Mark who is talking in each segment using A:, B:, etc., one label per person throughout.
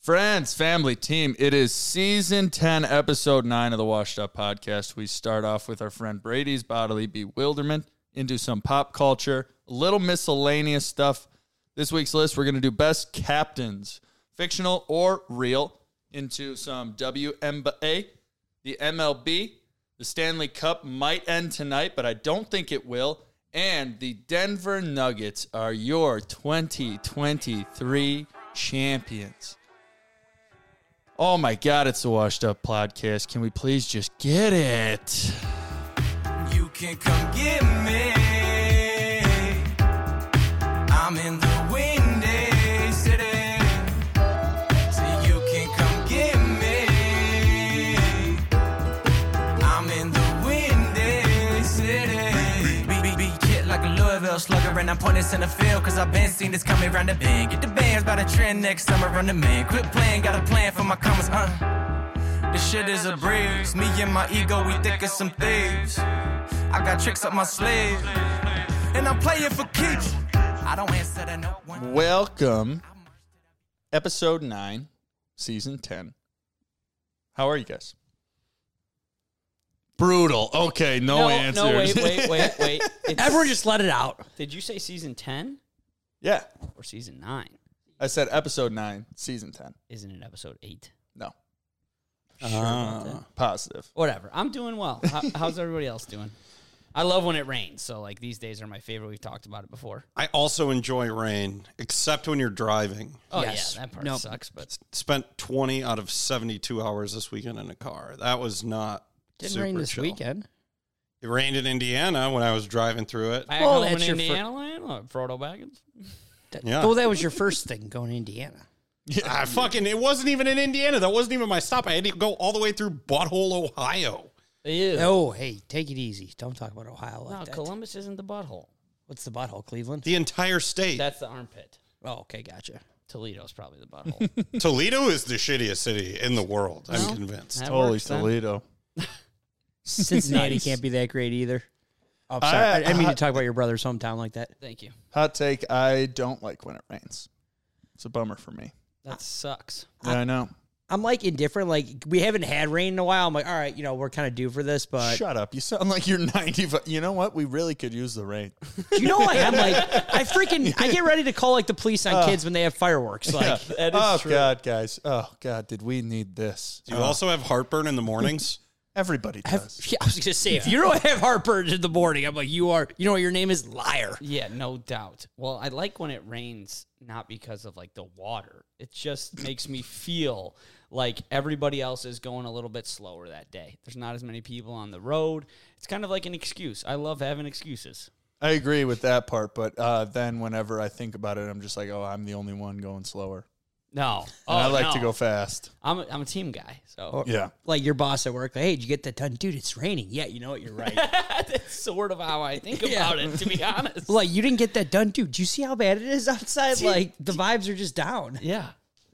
A: Friends, family, team, it is season 10, episode 9 of the Washed Up Podcast. We start off with our friend Brady's bodily bewilderment into some pop culture, a little miscellaneous stuff. This week's list, we're going to do best captains, fictional or real, into some WNBA, the MLB, the Stanley Cup might end tonight, but I don't think it will. And the Denver Nuggets are your 2023 champions. Oh my God, it's the Washed Up Podcast. Can we please just get it?
B: You can come get me. I'm in the windy city. So you can come get me. I'm in the windy city. Be, be, be hit like a Louisville slugger, and I'm pointing center field. Cause I've been seen this coming round the bend. Get the bands by the trend next summer, run the man. Quit playing, got a plan for my commas, uh. This shit is a breeze. Me and my ego, we thick as some thieves. I got tricks up my sleeve, and I'm playing for keeps. I don't answer to no one.
A: Welcome, episode 9, season 10. How are you guys? Brutal. Okay, no, answers.
C: No, wait, wait, wait, wait. It's,
D: Everyone just let it out.
C: did you say season ten
A: yeah,
C: or season nine?
A: I said episode 9, season 10.
C: Isn't it episode eight?
A: No, Ah.
C: Sure about that.
A: positive.
C: Whatever. I'm doing well. How, how's everybody else doing? I love when it rains. So like these days are my favorite. We've talked about it before.
E: I also enjoy rain, except when you're driving.
C: Oh
D: Yes.
C: yeah, that part
D: Nope.
C: sucks. But
E: Spent 20 out of 72 hours this weekend in a car. That was not.
D: Didn't
E: super
D: rain this
E: chill.
D: weekend.
E: It rained in Indiana when I was driving through it.
C: back
D: Well,
C: home
D: that's
C: in
D: your fir-
C: Indiana land, uh, Frodo Baggins.
D: That-
E: Yeah.
D: Well, that was your first thing going to Indiana.
E: I Ah, fucking, it wasn't even in Indiana. That wasn't even my stop. I had to go all the way through Butthole, Ohio.
C: Ew.
D: Oh, hey, take it easy. Don't talk about Ohio like
C: no,
D: that.
C: Columbus isn't the butthole.
D: What's the butthole, Cleveland?
E: The entire state.
C: That's the armpit.
D: oh, okay, gotcha.
C: Toledo's probably the butthole.
E: Toledo is the shittiest city in the world, I'm convinced.
C: That
A: Holy
C: works then.
A: Toledo.
D: Cincinnati
C: Nice.
D: can't be that great either. Oh, I'm sorry. I, I didn't mean
A: I-
D: to talk about your brother's hometown like that.
C: Thank you.
A: Hot take I don't like when it rains. It's a bummer for me.
C: That sucks.
A: Yeah, I know.
D: I'm like indifferent. Like we haven't had rain in a while. I'm like, all right, you know, we're kind of due for this, but
A: Shut up. You sound like you're 95. You know what? We really could use the rain.
D: you know, like I'm like, I freaking, I get ready to call like the police on kids when they have fireworks. Like,
C: That is
A: oh,
C: true.
A: God, guys. Oh, God, did we need this?
E: Do you also have heartburn in the mornings?
A: Everybody
D: Have-
A: does.
D: yeah, I was gonna say if you don't have heartburn in the morning, I'm like you are. You know what your name is? Liar.
C: Yeah, no doubt. Well, I like when it rains, not because of like the water. It just makes me feel like everybody else is going a little bit slower that day. There's not as many people on the road. It's kind of like an excuse. I love having excuses.
A: I agree with that part, but uh, then whenever I think about it, I'm just like, oh, I'm the only one going slower.
C: No, Oh,
A: And
D: Oh,
A: I like to
C: no.
A: go Oh. fast.
C: I'm a, I'm a team guy, so
A: Yeah.
D: Like your boss at work, like, hey, did you get that done, dude? It's raining. Yeah, you know what? You're right.
C: that's sort of how I think
D: Yeah.
C: about it. To be honest,
D: like you didn't get that done, dude. Do you see how bad it is outside? like the vibes are just down.
C: yeah,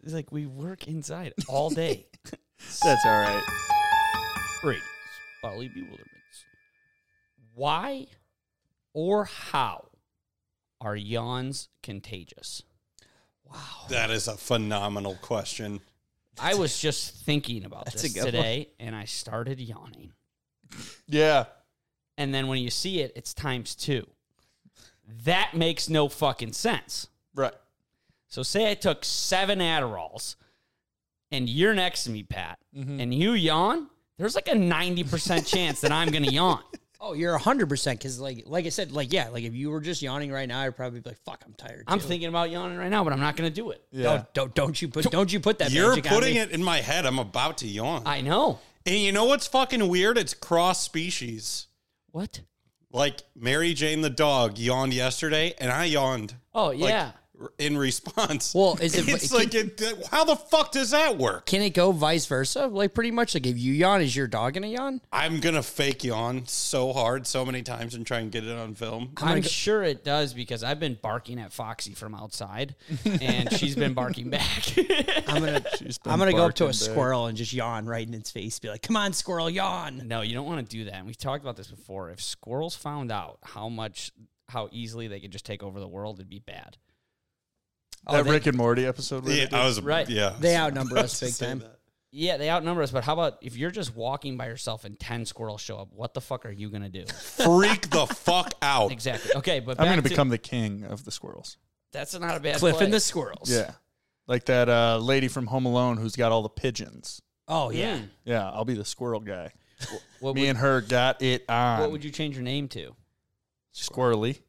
C: it's like we work inside all day.
A: That's all right.
C: Great. Bodily bewilderments. Why or how are yawns contagious?
E: That is a phenomenal question.
C: I was just thinking about
D: That's
C: this
D: a good one.
C: today and I started yawning.
A: Yeah.
C: And then when you see it, it's times two. That makes no fucking sense.
A: Right.
C: So say I took seven Adderalls and you're next to me, Pat,
D: Mm-hmm.
C: and you yawn, there's like a 90% chance that I'm going to yawn.
D: Oh, you're hundred percent. Because like, like I said, like yeah, like if you were just yawning right now, I'd probably be like, fuck, I'm tired.
C: I'm
D: too.
C: thinking about yawning right now, but I'm not going to do it.
A: Yeah.
D: Don't, don't don't you put don't you put that
E: You're
D: magic on
E: putting
D: me.
E: it in my head. I'm about to yawn.
C: I know.
E: And you know what's fucking weird? It's cross species.
C: What?
E: Like Mary Jane the dog yawned yesterday, and I yawned
C: Oh
E: like,
C: yeah.
E: r- in response.
D: Well, is it-
E: It's
D: can-
E: like it, how the fuck does that work?
D: Can it go vice versa? Like pretty much like if you yawn, is your dog gonna yawn?
E: I'm gonna fake yawn so hard, so many times, and try and get it on film.
C: I'm sure it does because I've been barking at Foxy from outside, and she's been barking back.
D: I'm gonna
A: She's been
D: I'm gonna go up to a
A: barking back.
D: squirrel and just yawn right in its face. Be like, come on, squirrel, yawn.
C: no, you don't want to do that. And we've talked about this before. If squirrels found out how much, how easily they could just take over the world, it'd be bad.
A: that
D: Oh, they-
A: Rick and Morty episode. we
E: Yeah,
A: were doing?
E: I was
C: Right.
E: Yeah,
D: They outnumber us big
E: Say
D: time.
E: that.
C: Yeah, they outnumber us, but how about if you're just walking by yourself and 10 squirrels show up? What the fuck are you going to do?
E: Freak the fuck out.
C: exactly. Okay, but
A: I'm
C: back
A: going to
C: to-
A: become the king of the squirrels.
C: That's not a bad
D: Cliff
C: play.
D: and the squirrels.
A: Yeah, like that uh, lady from Home Alone who's got all the pigeons.
D: Oh yeah.
C: Mm.
A: Yeah, I'll be the squirrel guy.
C: What,
A: Me
C: would,
A: and her got it on.
C: what would you change your name to?
A: Squirrely.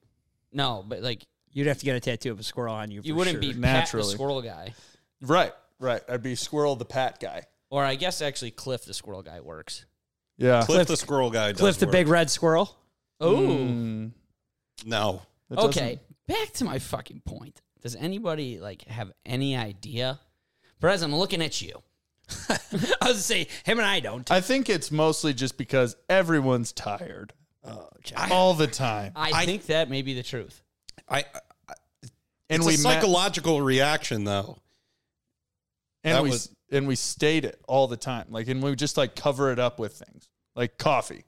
C: No, but like
D: You'd have to get a tattoo of a squirrel on you.
C: you
D: for
C: wouldn't
D: sure.
C: be Pat
A: naturally.
C: the squirrel guy.
A: Right, right. I'd be squirrel the pat guy.
C: Or I guess actually Cliff the squirrel guy works.
A: Yeah.
E: Cliff the squirrel guy. does
D: Cliff the
E: work.
D: big red squirrel.
C: Oh.
E: No.
A: That doesn't-
C: Okay, back to my fucking point. Does anybody like have any idea? Perez, I'm looking at you.
D: I was gonna say him and I don't.
A: I think it's mostly just because everyone's tired all the time,
C: Oh, I,
E: I-
C: think that may be the truth.
E: I.
A: and
E: It's
A: we
E: a
A: met,
E: psychological reaction, though.
A: and
E: that
A: we
E: was-
A: and we state it all the time, like and we just like cover it up with things like coffee.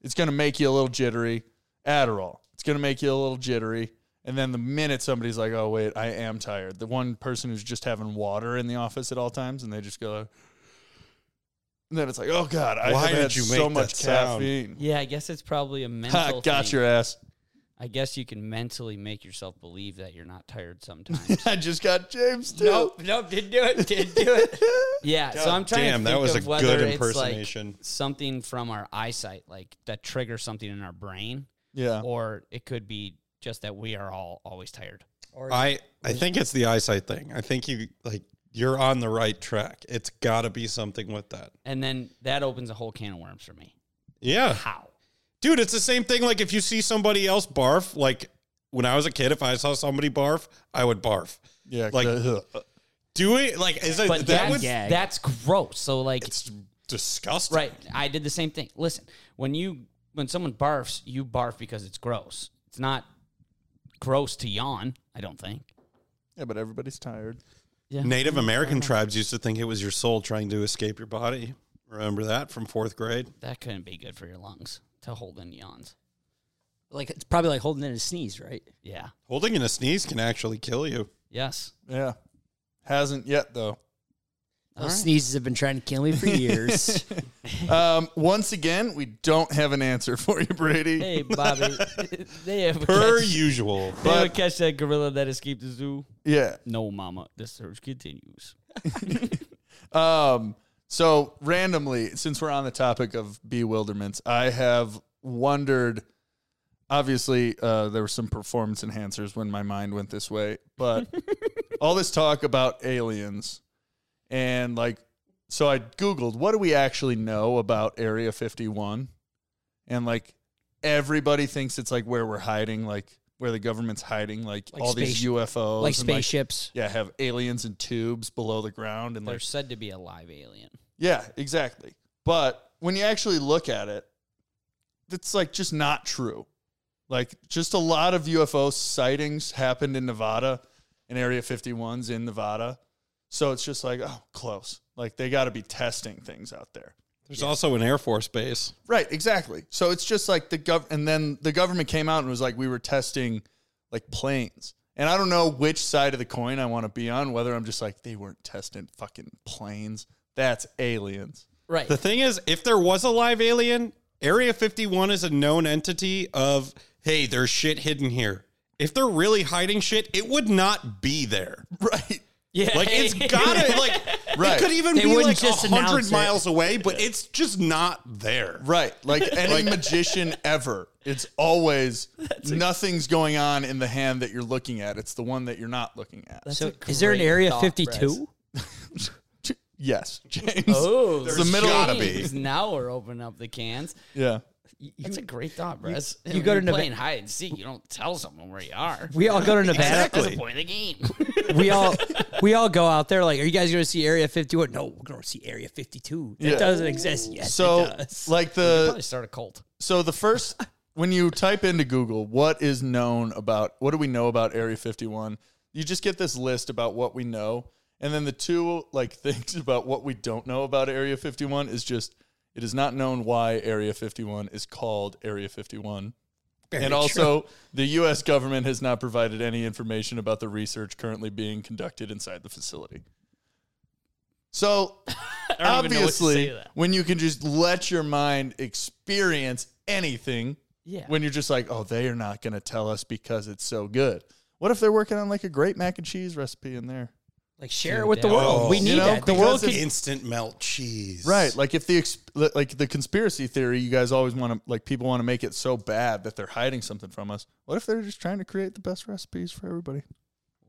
A: It's gonna make you a little jittery. Adderall. It's gonna make you a little jittery. And then the minute somebody's like, "Oh wait, I am tired," the one person who's just having water in the office at all times, and they just go. And then it's like, "Oh God, I
E: Why
A: have
E: did
A: had
E: you make
A: so
E: that
A: much
E: sound?
A: caffeine."
C: Yeah, I guess it's probably a
A: Ha,
C: mental.
A: got
C: thing.
A: your ass.
C: I guess you can mentally make yourself believe that you're not tired sometimes.
A: I just got James too.
D: nope, didn't do it. Didn't do it.
C: yeah, so I'm trying
E: damn,
C: to
E: that
C: think
E: was
C: of
E: a
C: whether
E: good
C: it's, like,
E: impersonation.
C: something from our eyesight, like that triggers something in our brain,
A: Yeah.
C: or it could be just that we are all always tired.
E: I I think it's the eyesight thing. I think you like you're on the right track. It's got to be something with that.
C: And then that opens a whole can of worms for me.
E: Yeah,
C: How?
E: dude, it's the same thing. Like if you see somebody else barf, like when I was a kid, if I saw somebody barf, I would barf.
A: Yeah.
E: Like-
A: the-
E: Do it like is it,
C: But
E: that
C: that's,
E: would
D: gag.
C: that's gross. So like
E: it's disgusting.
C: Right. I did the same thing. Listen, when you when someone barfs, you barf because it's gross. It's not gross to yawn, I don't think.
A: yeah, but everybody's tired.
E: Native American tribes used to think it was your soul trying to escape your body. Remember that from fourth grade?
C: That couldn't be good for your lungs to hold in yawns.
D: Like it's probably like holding in a sneeze, right?
C: Yeah.
E: Holding in a sneeze can actually kill you.
C: Yes.
A: Yeah. Hasn't yet though.
D: Those sneezes have been trying to kill me for years.
A: Um, once again, we don't have an answer for you, Brady.
C: Hey Bobby. they have
E: Per
C: catch,
E: usual.
C: they ever
A: but-
C: catch that gorilla that escaped the zoo.
A: Yeah.
C: No, Mama. The search continues.
A: Um, so randomly, since we're on the topic of bewilderments, I have wondered. Obviously, uh, there were some performance enhancers when my mind went this way, but all this talk about aliens and like, so I Googled, what do we actually know about Area 51? And like, everybody thinks it's like where we're hiding, like where the government's hiding, like,
D: Like
A: all
D: space-
A: these UFOs,
D: like
A: and,
D: spaceships.
A: yeah, have aliens in tubes below the ground, and
C: They're
A: like
C: said to be a live alien.
A: yeah, exactly. But when you actually look at it, it's like just not true. Like just a lot of UFO sightings happened in Nevada and Area 51's in Nevada. So it's just like, oh, close. Like they got to be testing things out there.
E: There's also an Air Force base.
A: Right, exactly. So it's just like the gov and then the government came out and was like we were testing like planes. And I don't know which side of the coin I want to be on, whether I'm just like they weren't testing fucking planes. That's aliens.
C: Right.
E: The thing is, if there was a live alien, Area 51 is a known entity of, hey, there's shit hidden here. If they're really hiding shit, it would not be there.
A: Right.
C: yeah.
E: Like it's gotta like
A: Right.
E: it could even
D: They
E: be
D: wouldn't
E: like
D: just
E: a
D: announce
E: hundred
D: it.
E: miles away, but it's just not there.
A: Right. Like any magician ever, it's always nothing's going on in the hand that you're looking at. It's the one that you're not looking at.
D: So
C: a
D: is there an
C: great
D: area
C: thought,
D: fifty
C: Brez.
D: two?
A: Yes, James.
C: Oh,
A: the middle-
E: gotta be.
C: Jeez, Now we're opening up the cans.
A: Yeah.
C: That's a great thought, Brez.
D: you go to Neva-
C: playing hide and seek. You don't tell someone where you are.
D: We all go to Nevada.
C: That's the
E: Exactly.
C: point of the game.
D: we all we all go out there. Like, are you guys going to see Area fifty one? No, we're going to see Area fifty two. It
A: Yeah.
D: doesn't exist yet.
A: So
D: it does.
A: like the
C: Probably start a cult.
A: So the first, when you type into Google, what is known about, what do we know about Area 51? You just get this list about what we know. And then the two like things about what we don't know about Area 51 is just, it is not known why Area 51 is called Area 51. and also, the U.S. government has not provided any information about the research currently being conducted inside the facility. So,
C: don't even know what to say
A: obviously,
C: to that.
A: when you can just let your mind experience anything,
C: Yeah.
A: when you're just like, oh, they are not going to tell us because it's so good. What if they're working on like a great mac and cheese recipe in there?
D: Like share it with the
C: Yeah.
D: world.
E: Oh,
D: we
E: you
D: need
A: know,
D: that. The
A: because
D: world
A: it's-
D: can
E: instant melt cheese.
A: Right. Like if the ex- like the conspiracy theory, you guys always want to like people want to make it so bad that they're hiding something from us. What if they're just trying to create the best recipes for everybody?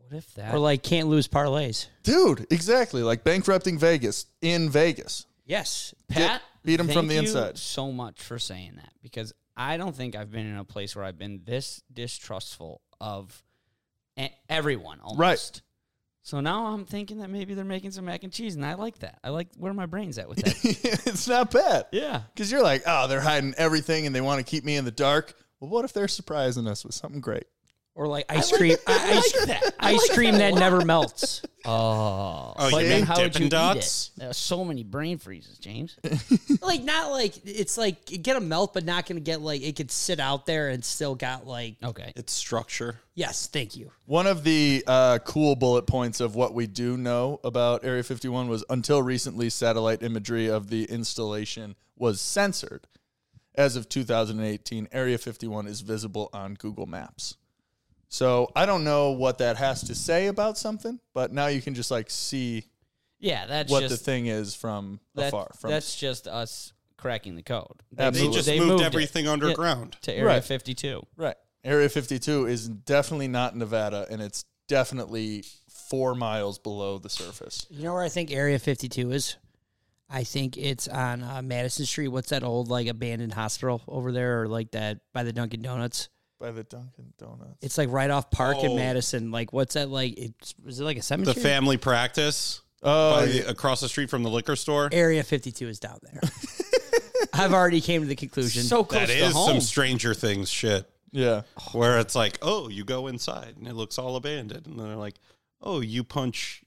C: What if that?
D: or like can't lose parlays.
A: Dude, exactly. Like bankrupting Vegas in Vegas.
D: Yes.
C: Pat,
A: beat 'em from
C: thank
A: the
C: you
A: inside.
C: So much for saying that because I don't think I've been in a place where I've been this distrustful of e- everyone almost. So now I'm thinking that maybe they're making some mac and cheese, and I like that. I like where my brain's at with that.
A: it's not bad.
C: yeah.
A: Because you're like, oh, they're hiding everything and they want to keep me in the dark. Well, what if they're surprising us with something great?
D: Or like ice cream. I, ice, ice cream that, never melts.
C: Oh.
E: Oh,
C: But
E: you
C: then
E: mean
C: how would you
E: Dippin' Dots?
C: eat it? There are so many brain freezes, James.
D: like not like it's like get a melt, but not gonna get like it could sit out there and still got like
C: Okay.
E: It's structure.
D: yes, thank you.
A: One of the uh, cool bullet points of what we do know about Area 51 was until recently, satellite imagery of the installation was censored. As of 2018, Area 51 is visible on Google Maps. So I don't know what that has to say about something, but now you can just like see
C: Yeah, that's
A: what
C: just
A: the thing is from
C: that-
A: afar. From
C: that's just us cracking the code.
A: Absolutely.
E: They just
C: They
E: moved,
C: moved it.
E: everything
C: Yeah.
E: underground.
C: to Area
A: Right.
C: 52.
A: Right. Area 52 is definitely not Nevada, and it's definitely four miles below the surface.
D: You know where I think Area 52 is? I think it's on uh, Madison Street. What's that old like abandoned hospital over there, or like that by the Dunkin' Donuts?
A: By the Dunkin' Donuts.
D: It's like right off Park
E: Oh.
D: in Madison. Like what's that like? It's is it like a
E: The
D: cemetery?
E: family practice
A: Oh,
E: by
A: yeah.
E: the, across the street from the liquor store.
D: Area 52 is down there. I've already came to the conclusion.
C: So close
E: That
C: to
E: is
C: home.
E: some Stranger Things shit.
A: yeah.
E: Where it's like, oh, you go inside and it looks all abandoned. And then they're like, oh, you punch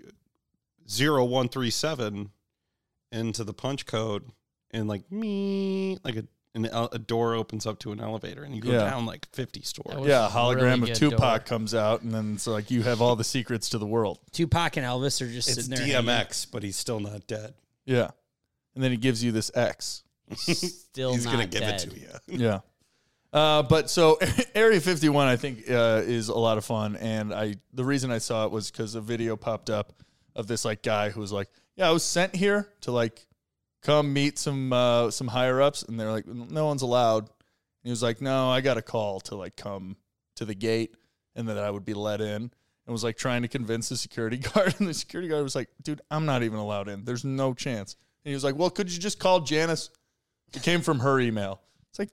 E: 0137 into the punch code and like me, like a, an, el- a door opens up to an elevator and you go
A: Yeah.
E: down like 50 stories.
C: That was
A: Yeah, a hologram
C: really
A: of
C: good
A: Tupac
C: door.
A: comes out, and then it's like you have all the secrets to the world.
D: Tupac and Elvis are just
E: It's
D: sitting there. hanging.
E: DMX, but he's still not dead.
A: Yeah. And then he gives you this X.
C: Still
E: He's
C: not
E: going to give
C: dead.
E: it to you.
A: Yeah. Uh, but so Area 51, I think, uh, is a lot of fun, and I the reason I saw it was because a video popped up of this like guy who was like, "Yeah, I was sent here to like come meet some uh, some higher ups," and they're like, "No one's allowed." And he was like, "No, I got a call to like come to the gate, and that I would be let in." And was like trying to convince the security guard, and the security guard was like, "Dude, I'm not even allowed in. There's no chance." And he was like, "Well, could you just call Janice?" It came from her email. It's like,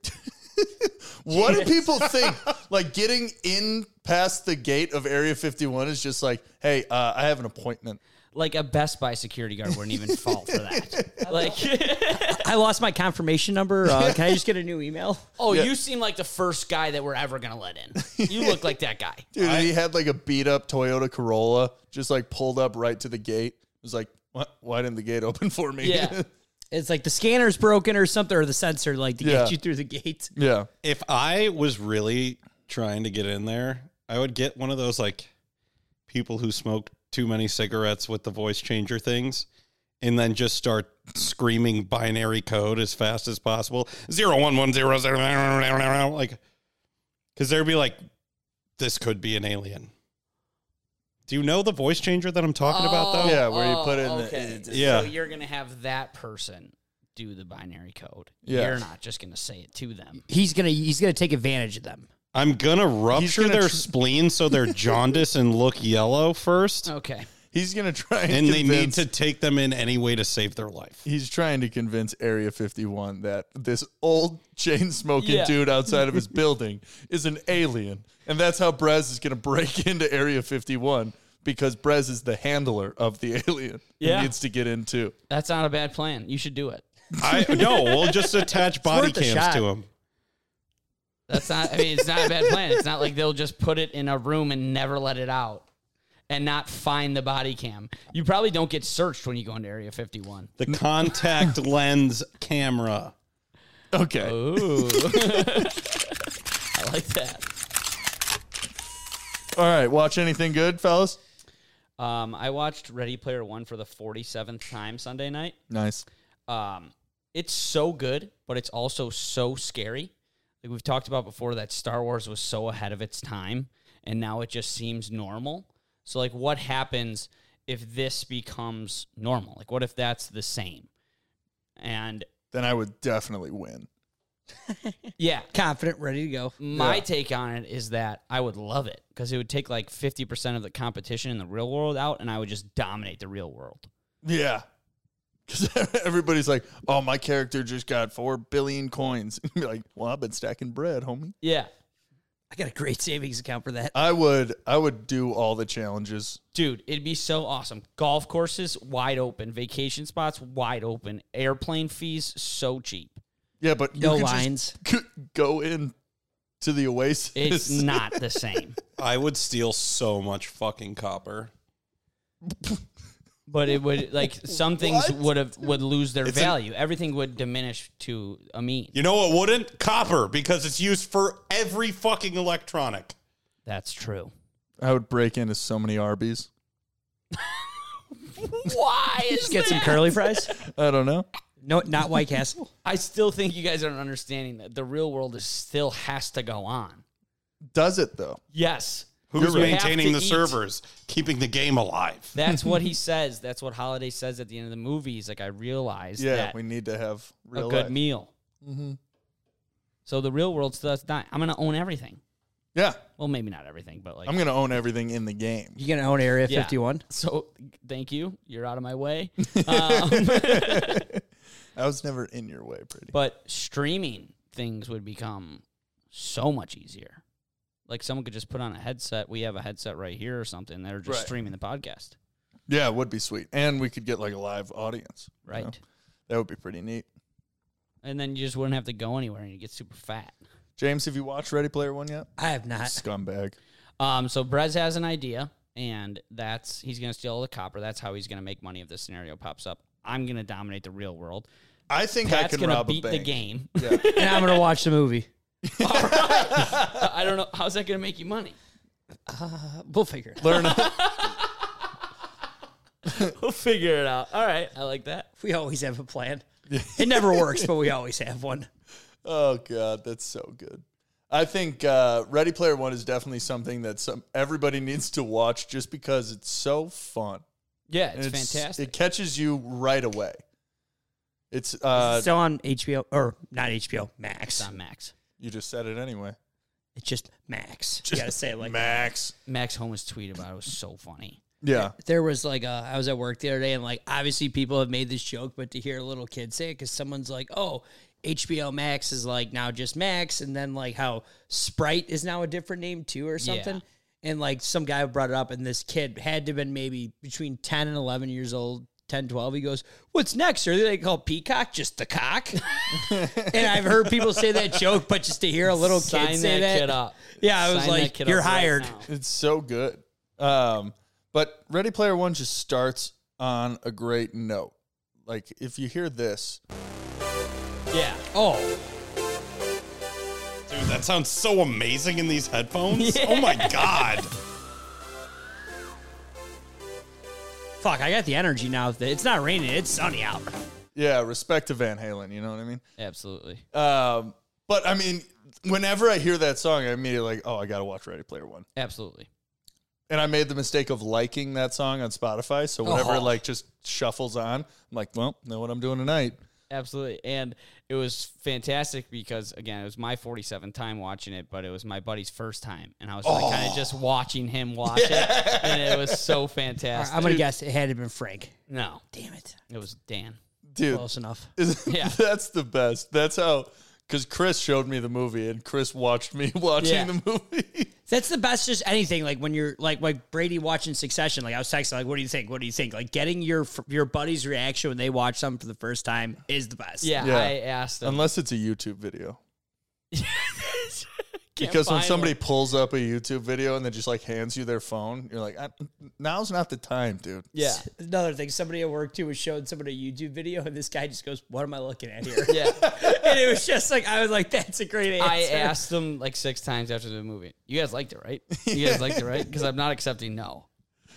A: what do people think? Like getting in past the gate of Area 51 is just like, hey, uh, I have an appointment.
C: Like a Best Buy security guard wouldn't even fall for that. Like,
D: I lost my confirmation number. Uh, can I just get a new email?
C: oh, you seem like the first guy that we're ever gonna let in. You look like that guy.
A: Dude, he had like a beat up Toyota Corolla, just like pulled up right to the gate. It was like, what? Why didn't the gate open for me?
C: Yeah.
D: It's like the scanner's broken or something, or the sensor like to
A: Yeah.
D: get you through the gate.
A: yeah.
E: if I was really trying to get in there, I would get one of those like people who smoke too many cigarettes with the voice changer things and then just start screaming binary code as fast as possible. Zero one one zero zero like cuz there'd be like this could be an alien. Do you know the voice changer that I'm talking about though?
A: Yeah, where you put in the-
C: The,
E: Yeah.
C: So you're gonna have that person do the binary code.
A: Yeah.
C: You're not just gonna say it to them.
D: He's gonna he's gonna take advantage of them.
E: I'm going to rupture
A: gonna
E: their
A: tr-
E: spleen so they're jaundiced and look yellow
A: Oh,
E: first.
C: Okay.
A: He's going to try and,
E: And they need
A: convince-
E: to take them in any way to save their life.
A: He's trying to convince Area 51 that this old chain smoking
C: Yeah.
A: dude outside of his building is an alien. And that's how Brez is going to break into Area 51 because Brez is the handler of the alien.
C: Yeah.
A: He needs to get in too.
C: That's not a bad plan. You should do it.
E: I no, we'll just attach body
D: worth a
E: cams
D: shot.
E: to him.
C: That's not. I mean, it's not a bad plan. It's not like they'll just put it in a room and never let it out, and not find the body cam. You probably don't get searched when you go into Area 51.
E: The contact lens camera.
C: Oh.
A: Okay.
C: Ooh, I like that.
A: All right, watch anything good, fellas?
C: Um, I watched Ready Player One for the 47th time Sunday night.
A: Nice.
C: Um, it's so good, but it's also so scary. Like we've talked about before, that Star Wars was so ahead of its time, and now it just seems normal. So, like, what happens if this becomes normal? Like, what if that's the same? And
A: Then I would definitely win.
C: yeah,
D: Confident, ready to go.
C: my take on it is that I would love it because it would take like 50% of the competition in the real world out, and I would just dominate the real world.
A: Yeah. Because everybody's like, oh, my character just got four billion coins. And you're like, well, I've been stacking bread, homie.
C: Yeah.
D: I got a great savings account for that.
A: I would I would do all the challenges.
C: Dude, it'd be so awesome. Golf courses wide open, vacation spots wide open, airplane fees so cheap.
A: Yeah, but you
D: No
A: could just
D: lines.
A: g- go in to the oasis.
C: It's not the same,
E: I would steal so much fucking copper.
C: but it would like some things
A: What?
C: would have would lose their
E: It's an-
C: value. Everything would diminish to a mean.
E: You know what wouldn't? Copper, because it's used for every fucking electronic.
C: That's true.
A: I would break into so many Arby's.
C: Why is
D: Get some curly fries.
A: I don't know.
D: No, not White Castle.
C: I still think you guys aren't understanding that the real world is still has to go on.
A: Does it though?
C: Yes.
E: Who's
C: You have
E: maintaining
C: to
E: the
C: eat.
E: servers, keeping the game alive?
C: That's what he says. That's what Holiday says at the end of the movie. He's like, I realized
A: yeah,
C: that
A: we need to have
C: a
A: real
C: good
A: life. Mm-hmm.
C: meal. So the real world stuff's not. I'm gonna own everything.
A: Yeah,
C: Well, maybe not everything, but like
A: I'm gonna own everything in the game.
D: You gonna own Area
C: Yeah.
D: 51?
C: So thank you. You're out of my way.
A: I was never in your way, pretty.
C: But streaming things would become so much easier. Like someone could just put on a headset. We have a headset right here or something. They're just
A: Right.
C: streaming the podcast.
A: Yeah, it would be sweet, and we could get like a live audience. you
C: Right.
A: know? That would be pretty neat.
C: And then you just wouldn't have to go anywhere and you get super fat.
A: James, have you watched Ready Player One yet?
D: I have not.
A: Scumbag.
C: Um, so Brez has an idea, and that's he's gonna steal all the copper. That's how he's gonna make money if this scenario pops up. I'm gonna dominate the real world.
A: I think
C: Pat's
A: I can
C: gonna
A: rob
C: beat
A: a
C: the
A: bank.
C: game.
D: And I'm gonna watch the movie.
C: I don't know how's that gonna make you money.
D: We'll figure it. out.
A: Learn.
C: We'll figure it out. All right, I like that.
D: We always have a plan. It never works, but we always have one.
A: oh god, that's so good. I think uh, Ready Player One is definitely something that some everybody needs to watch just because it's so fun.
C: Yeah, it's,
A: And
C: fantastic.
A: It catches you right away. It's uh,
D: Still on HBO or not HBO Max.
C: It's on Max.
A: you just said it anyway.
D: It's just Max. you gotta say it like
A: Max.
C: Max Holmes tweet about it was so funny.
A: Yeah.
D: there was like a, I was at work the other day, and like obviously people have made this joke, but to hear a little kid say it, because someone's like, "Oh, HBO Max is like now just Max," and then like how Sprite is now a different name too, or something.
C: Yeah.
D: And like some guy brought it up, and this kid had to have been maybe between 10 and 11 years old, 10, 12. He goes, What's next? Are they gonna call Peacock just the cock? and I've heard people say that joke, but just to hear a little
C: Sign
D: kid say
C: that,
D: that.
C: kid up.
D: Yeah, I was
C: Sign that
D: like,
C: kid
D: "You're
C: up right
D: hired."
C: now.
A: It's so good. Um, but Ready Player One just starts on a great note. Like if you hear this,
C: Yeah,
D: Oh,
E: Dude, that sounds so amazing in these headphones. Oh my god.
D: fuck, I got the energy now. It's not raining, it's sunny out.
A: yeah, respect to Van Halen. You know what I mean?
C: absolutely.
A: Um, but I mean, whenever I hear that song, I immediately like, oh, I gotta watch Ready Player One.
C: Absolutely.
A: And I made the mistake of liking that song on Spotify. So whenever it like just shuffles on, I'm like, well, know what I'm doing tonight.
C: Absolutely. And it was fantastic because, again, it was my 47th time watching it, but it was my buddy's first time. And I was like, kind of just watching him watch it. And it was so fantastic.
D: I'm gonna guess it had to been Frank.
C: no,
D: Damn it,
C: it was Dan.
A: Dude,
D: close enough.
C: Yeah.
A: that's the best. That's how, because Chris showed me the movie and Chris watched me watching
C: Yeah.
A: the movie.
D: That's the best. Just anything like when you're like like Brady watching Succession. Like I was texting, like, what do you think? What do you think? Like getting your your buddy's reaction when they watch something for the first time is the best.
C: Yeah,
A: Yeah.
C: I asked him.
A: Unless it's a YouTube video. because when
C: find
A: somebody
C: one.
A: pulls up a YouTube video and then just like hands you their phone, you're like, I, now's not the time, dude.
C: Yeah.
D: Another thing, somebody at work too was showing somebody a YouTube video, and this guy just goes, "What am I looking at here?"
C: Yeah.
D: and it was just like, I was like, "That's a great answer."
C: I asked them like six times after the movie. You guys liked it, right? You guys liked it, right? Because I'm not accepting no.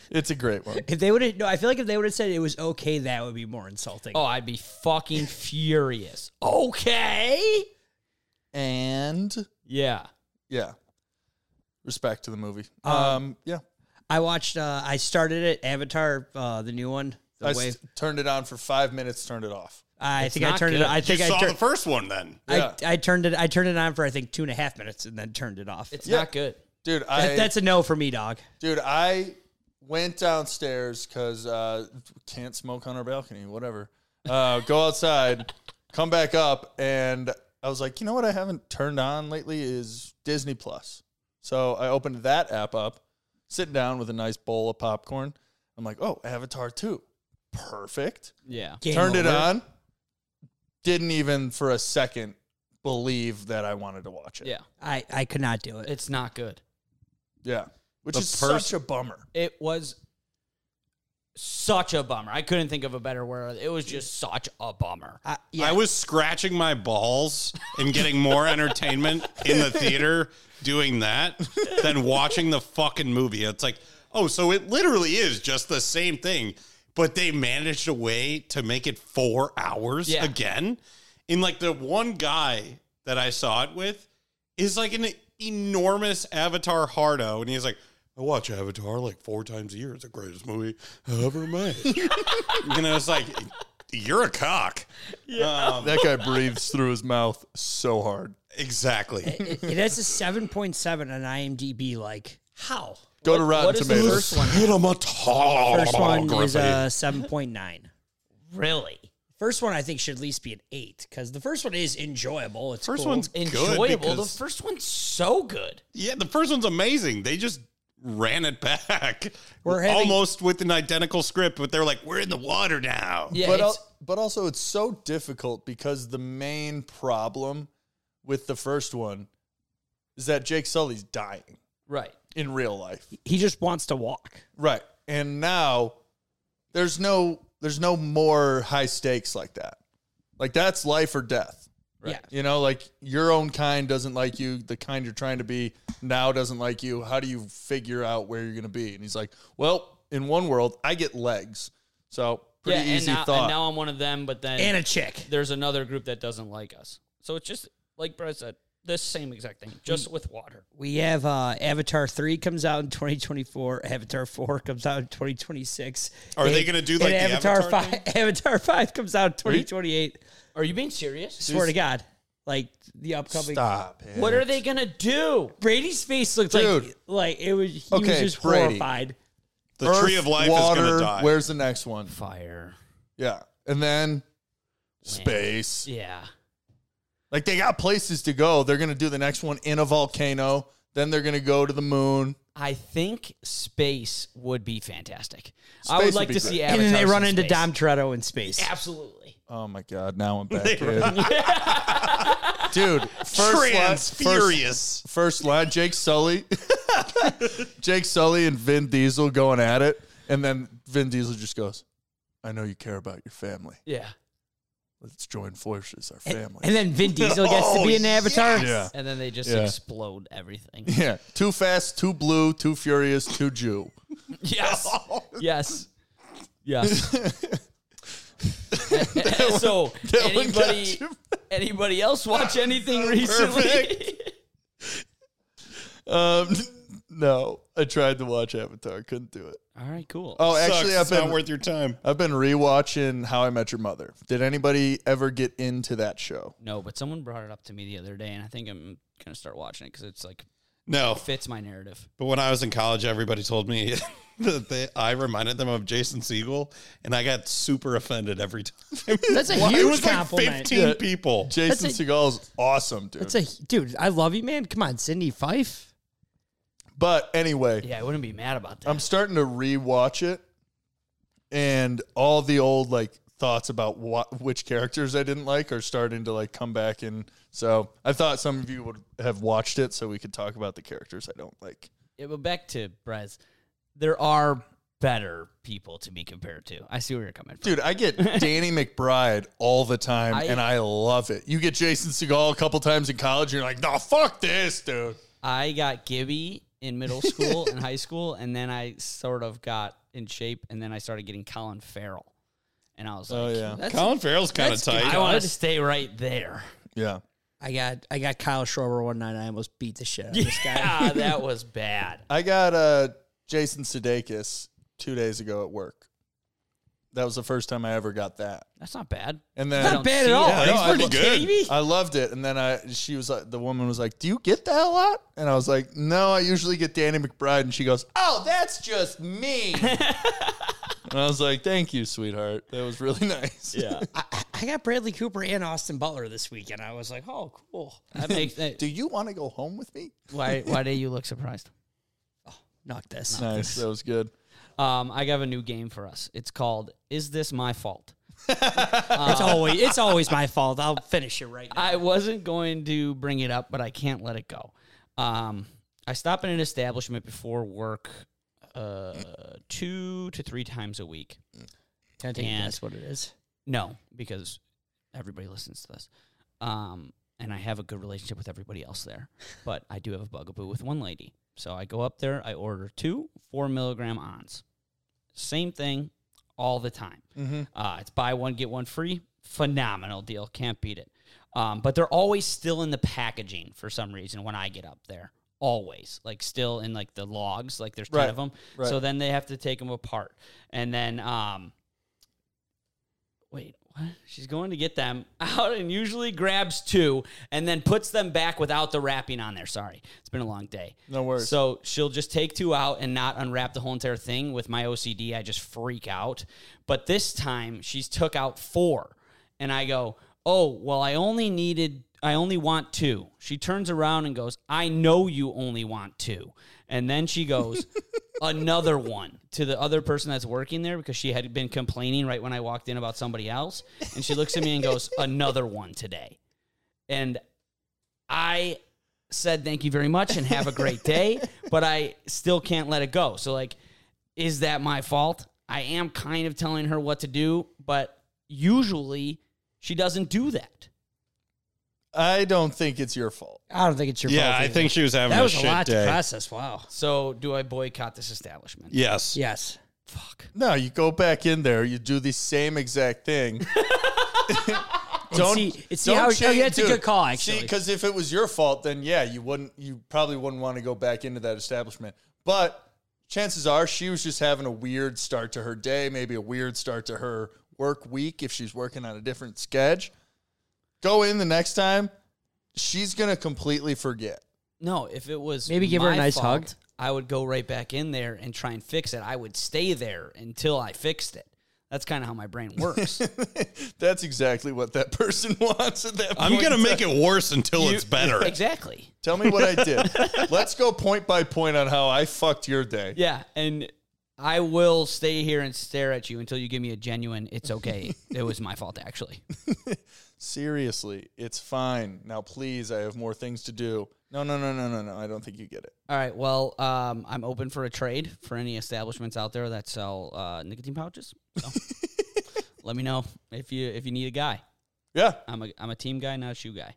A: It's a great one.
D: If they would have, no, I feel like if they would have said it was okay, that would be more insulting.
C: Oh, I'd be fucking furious. Okay.
A: And
C: Yeah.
A: yeah, respect to the movie. Um, yeah,
D: I watched, uh, I started it, Avatar, uh, the new one. The
A: I
D: wave.
A: s- turned it on for five minutes, turned it off.
D: I
C: It's
D: think I
C: not
D: turned
C: good.
D: it. I think I, tur-
E: first one then.
A: Yeah.
D: I I turned it. I turned it on for I think two and a half minutes, and then turned it off.
C: It's
A: Yeah.
C: not good.
A: Dude, I
D: That- that's a no for me, dog.
A: Dude, I went downstairs because uh, can't smoke on our balcony, whatever. Uh, go outside, come back up, and I was like, you know what I haven't turned on lately is Disney Plus. So I opened that app up, sitting down with a nice bowl of popcorn. I'm like, oh, Avatar 2. Perfect.
C: Yeah.
D: Game
A: Turned it
D: over.
A: on. Didn't even for a second believe that I wanted to watch it.
C: Yeah.
D: I I could not do it.
C: It's not good.
A: Yeah. Which
E: The
A: is
E: pers-
A: such a bummer.
C: It was such a bummer. I couldn't think of a better word. It was just such a bummer.
D: I, uh, yeah,
E: I was scratching my balls and getting more entertainment in the theater doing that than watching the fucking movie. It's like, oh, so it literally is just the same thing, but they managed a way to make it four hours
C: Yeah.
E: again. And like the one guy that I saw it with is like an enormous Avatar hardo, and he's like, I watch Avatar like four times a year. It's the greatest movie ever made. and I was like, you're a cock.
A: That guy breathes through his mouth so hard.
E: Exactly.
D: it, it has a seven point seven on IMDb. Like how
A: Go to Rotten
C: what is the
A: Tomatoes.
C: first one?
E: Oh,
D: first one was uh,
E: Griffey.
D: a seven point nine.
C: Really?
D: First one I think should at least be an eight because the first one is enjoyable. It's
E: First
D: cool.
E: one's good
C: Enjoyable. The
E: because-
C: first one's so good.
E: yeah, the first one's amazing. They just ran it back.
D: We're having-
E: almost with an identical script, but they're like, we're in the water now.
C: Yeah.
A: but, uh,
C: it's-
A: al- but also, it's so difficult because the main problem with the first one is that Jake Sully's dying
C: right.
A: in real life.
D: he just wants to walk.
A: Right. And now there's no there's no more high stakes like that. Like that's life or death.
D: Right. Yeah.
A: You know, like your own kind doesn't like you, the kind you're trying to be now doesn't like you. How do you figure out where you're going to be? And he's like, "Well, in one world, I get legs." So, pretty
C: yeah,
A: easy
C: and now,
A: thought.
C: And now I'm one of them, but then
D: And a chick.
C: there's another group that doesn't like us. So it's just like Brett said, the same exact thing, just with water.
D: We have uh, Avatar 3 comes out in 2024. Avatar 4 comes out in 2026.
E: Are they
D: And-
E: gonna do,
D: and
E: like, the
D: Avatar,
E: Avatar
D: 5? Avatar 5 comes out in 2028.
C: Are you being serious?
D: Swear to God. Like the upcoming.
A: Stop. it.
C: What are they gonna do?
D: Brady's face looked
A: Dude.
D: like like it was he was
A: Okay,
D: just
A: Brady.
D: horrified.
E: The tree of life is going
A: water,
E: to die.
A: Where's the next one?
C: Fire.
A: Yeah. And then space.
C: Yeah.
A: Like they got places to go. They're going to do the next one in a volcano. Then they're going to go to the moon.
C: I think space would be fantastic.
A: Space
C: I
A: would
C: would like
A: be
C: to
A: great.
C: see
D: And
C: Avatar.
D: then they run into Dom Toretto in space.
C: Absolutely.
A: Oh my god, now I'm back in. Dude, first line,
E: Trans
A: first,
E: furious.
A: first line Jake Sully. Jake Sully and Vin Diesel going at it and then Vin Diesel just goes, "I know you care about your family.
C: Yeah.
A: Let's join forces, our
D: And,
A: family."
D: and then Vin Diesel gets to be an Avatar.
A: yeah.
C: And then they just
A: Yeah.
C: explode everything.
A: Yeah, too fast, too blue, too furious, too Jew.
C: Yes. yes. Yes. so
A: that one got
C: anybody
A: you.
C: anybody else watch anything recently?
A: Um, no, I tried to watch Avatar, couldn't do it.
C: All right, cool.
A: Oh,
E: Sucks.
A: actually, I've
E: it's
A: been
E: not worth your time.
A: I've been rewatching How I Met Your Mother. Did anybody ever get into that show?
C: No, but someone brought it up to me the other day, and I think I'm gonna start watching it because it's like
E: No.
C: fits my narrative.
E: But when I was in college, everybody told me that they, I reminded them of Jason Siegel, and I got super offended every time.
D: That's a
E: it
D: huge
E: was
D: compliment.
E: like 15
A: Yeah.
E: people.
A: Jason
D: That's a-
A: Segal's awesome, dude.
D: That's a dude, I love you, man. Come on, Cindy Fife.
A: but anyway,
C: Yeah, I wouldn't
A: Um,
C: be mad about that.
A: I'm starting to rewatch it, and all the old like thoughts about what which characters I didn't like are starting to like come back in. So I thought some of you would have watched it, so we could talk about the characters I don't like.
C: Yeah, but back to Brez. There are better people to be compared to. I see where you're coming from.
A: Dude, I get Danny McBride all the time,
C: I-
A: and I love it. You get Jason Segal a couple times in college, you're like, no, fuck this, dude.
C: I got Gibby in middle school and high school, and then I sort of got in shape, and then I started getting Colin Farrell. And I was like,
A: yeah.
C: that's,
E: Colin Farrell's kind of
C: that's good.
E: tight.
C: I want to stay right there.
A: Yeah.
D: I got I got Kyle Schroeder one night. I almost beat the shit out of this guy.
C: Yeah, that was bad.
A: I got uh, Jason Sudeikis two days ago at work. That was the first time I ever got that.
C: That's not bad.
A: And
C: I
A: then
C: don't see it.
A: Yeah, no, I
E: pretty
A: lo-
E: good.
A: I loved it. And then I, she was like, the woman was like, "Do you get that a lot?" And I was like, "No, I usually get Danny McBride." And she goes, "Oh, that's just me." and I was like, "Thank you, sweetheart. That was really nice."
C: Yeah,
D: I, I got Bradley Cooper and Austin Butler this weekend. I was like, oh, cool.
C: that makes. That,
A: Do you want to go home with me?
C: why? Why do you look surprised?
D: Knock this.
A: Nice. That was good.
C: Um, I have a new game for us. It's called "Is This My Fault."
D: It's always it's always my fault. I'll finish it right now.
C: I wasn't going to bring it up, but I can't let it go. Um, I stop in an establishment before work uh, two to three times a week.
D: Can I take
C: and-
D: a guess what it is?
C: No, because everybody listens to this. Um, and I have a good relationship with everybody else there. But I do have a bugaboo with one lady. So I go up there, I order two four milligram ons. Same thing all the time.
A: Mm-hmm.
C: Uh, it's buy one, get one free. Phenomenal deal. Can't beat it. Um, but they're always still in the packaging for some reason when I get up there. Always. Like still in like the logs. Like there's 10
A: Right,
C: of them.
A: right.
C: So then they have to take them apart. And then um, wait, what? She's going to get them out and usually grabs two and then puts them back without the wrapping on there. Sorry. It's been a long day.
A: No worries.
C: So she'll just take two out and not unwrap the whole entire thing. With my OCD, I just freak out. But this time she's took out four. And I go, Oh, well, I only needed I only want two. She turns around and goes, I know you only want two. And then she goes, another one to the other person that's working there because she had been complaining right when I walked in about somebody else. And she looks at me and goes, another one today. And I said, thank you very much and have a great day, but I still can't let it go. So, like, is that my fault? I am kind of telling her what to do, but usually she doesn't do that.
A: I don't think it's your fault.
D: I don't think it's your fault.
E: Yeah, I
D: either.
E: think she was having
D: that
E: a
D: was a
E: shit
D: lot
E: day.
D: to process. Wow.
C: So, do I boycott this establishment?
E: Yes.
D: Yes.
C: Fuck.
A: No, you go back in there, you do the same exact thing. don't
D: see- and see how- oh, yeah, it's a good call, actually.
A: because if it was your fault, then yeah, you wouldn't, you probably wouldn't want to go back into that establishment. But chances are, she was just having a weird start to her day, maybe a weird start to her work week if she's working on a different sketch. Go in the next time, she's gonna completely forget.
C: No, if it was
D: Maybe give her a
C: my
D: nice hug.
C: fault, I would go right back in there and try and fix it. I would stay there until I fixed it. That's kind of how my brain works.
A: That's exactly what that person wants at that.
E: I'm
A: point
E: going to
A: in
E: make
A: time.
E: it worse until it's better.
C: exactly.
A: Tell me what I did. Let's go point by point on how I fucked your day.
C: Yeah, and I will stay here and stare at you until you give me a genuine it's okay. it was my fault actually.
A: Seriously, it's fine. Now, please, I have more things to do. No, no, no, no, no, no. I don't think you get it.
C: All right, well, um, I'm open for a trade for any establishments out there that sell uh, nicotine pouches. So let me know if you if you need a guy.
A: Yeah,
C: I'm a I'm a team guy, not a shoe guy.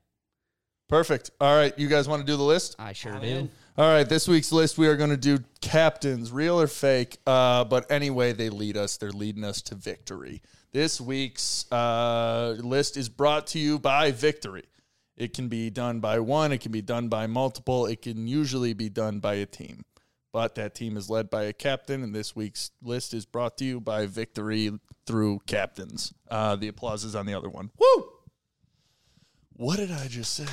A: perfect. All right, you guys want to do the list?
C: I sure do.
A: All right, this week's list, we are going to do captains, real or fake. Uh, but anyway, they lead us, they're leading us to victory. This week's uh, list is brought to you by Victory. It can be done by one, it can be done by multiple, it can usually be done by a team. But that team is led by a captain, and this week's list is brought to you by Victory through captains. Uh, the applause is on the other one. Woo! What did I just say?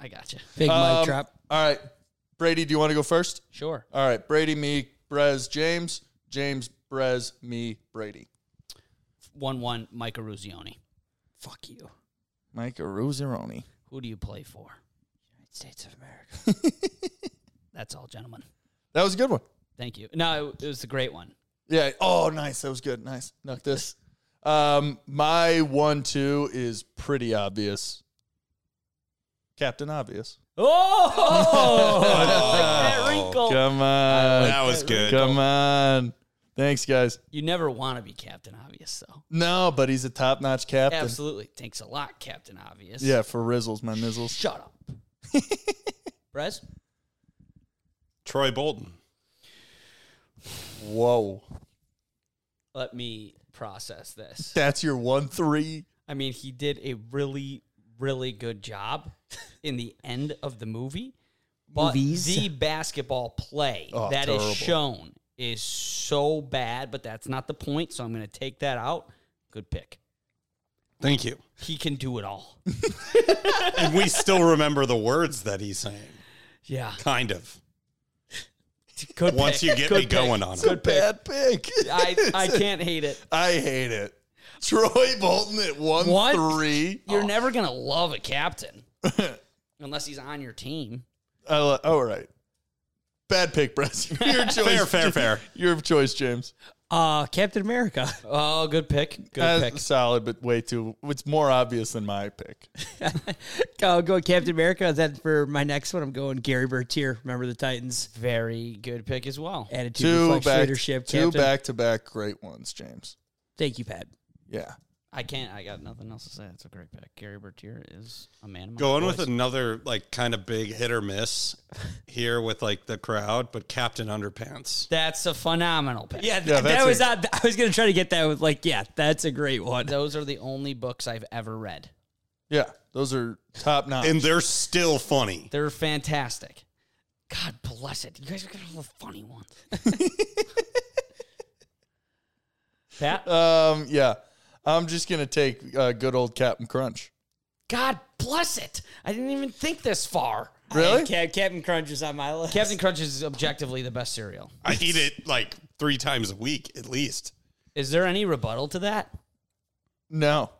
C: I got you.
D: Big
A: Um,
D: mic drop.
A: All right, Brady, do you want to go first?
C: Sure.
A: All right, Brady, me, Brez, James, James, Brez, me, Brady.
C: one one Mike Ruzioni.
D: Fuck you.
A: Mike Aruzeroni.
C: Who do you play for?
D: United States of America.
C: That's all, gentlemen.
A: That was a good one.
C: Thank you. No, it, it was a great one.
A: Yeah. Oh, nice. That was good. Nice. Knock this. Um, my one two is pretty obvious. Captain Obvious.
C: Oh,
E: Oh.
C: that wrinkle.
A: Come on,
E: That was good.
A: Come on. Thanks, guys.
C: You never want to be Captain Obvious, though.
A: No, but he's a top-notch captain.
C: Absolutely. Thanks a lot, Captain Obvious.
A: Yeah, for Rizzles, my nizzles.
C: Shut up. Brez?
E: Troy Bolton.
A: Whoa,
C: Let me process this.
A: that's your one three.
C: I mean, he did a really, really good job in the end of the movie. But
D: Movies.
C: the basketball play
A: Oh,
C: that is
A: terrible.
C: shown is so bad, but that's not the point. So I'm going to take that out. Good pick.
E: Thank you.
C: He can do it all.
E: And we still remember the words that he's saying.
C: Yeah.
E: Kind of.
C: Good
E: Once
C: pick.
E: you get
C: Good
E: me
C: pick.
E: going on it.
A: Good bad pick.
C: I, I can't hate it.
A: I hate it. Troy Bolton at one
C: What?
A: three.
C: You're never going to love a captain unless he's on your team.
A: I li- all right. Bad pick, Brett. Your choice.
E: Fair, fair, fair.
A: Your choice, James.
D: Uh, Captain America.
C: Oh, good pick. Good
A: That's
C: pick.
A: Solid, but way too. It's more obvious than my pick.
D: I'll go Captain America. Then for my next one, I'm going Gary Bertier. Remember the Titans.
C: Very good pick as well.
D: Attitude,
A: Two
D: reflection,
A: back,
D: leadership.
A: two
D: captain.
A: back to back great ones, James.
D: Thank you, Pat.
A: Yeah.
C: I can't. I got nothing else to say. That's a great pick. Gary Bertier is a man. Of my
E: Going with
C: voice.
E: another like kind of big hit or miss here with like the crowd, but Captain Underpants.
C: That's a phenomenal pick.
D: Yeah,
A: Yeah, that's
D: that was
A: a-
D: not, I was gonna try to get that with like, yeah, that's a great one.
C: Those are the only books I've ever read.
A: Yeah. Those are top notch.
E: And they're still funny.
C: They're fantastic. God bless it. You guys are getting all the funny ones. Pat,
A: um, yeah. I'm just going to take uh, good old Captain Crunch.
C: God bless it. I didn't even think this far.
A: Really?
D: Cap- Captain Crunch is on my list.
C: Captain Crunch is objectively the best cereal.
E: I eat it like three times a week at least.
C: Is there any rebuttal to that?
A: No.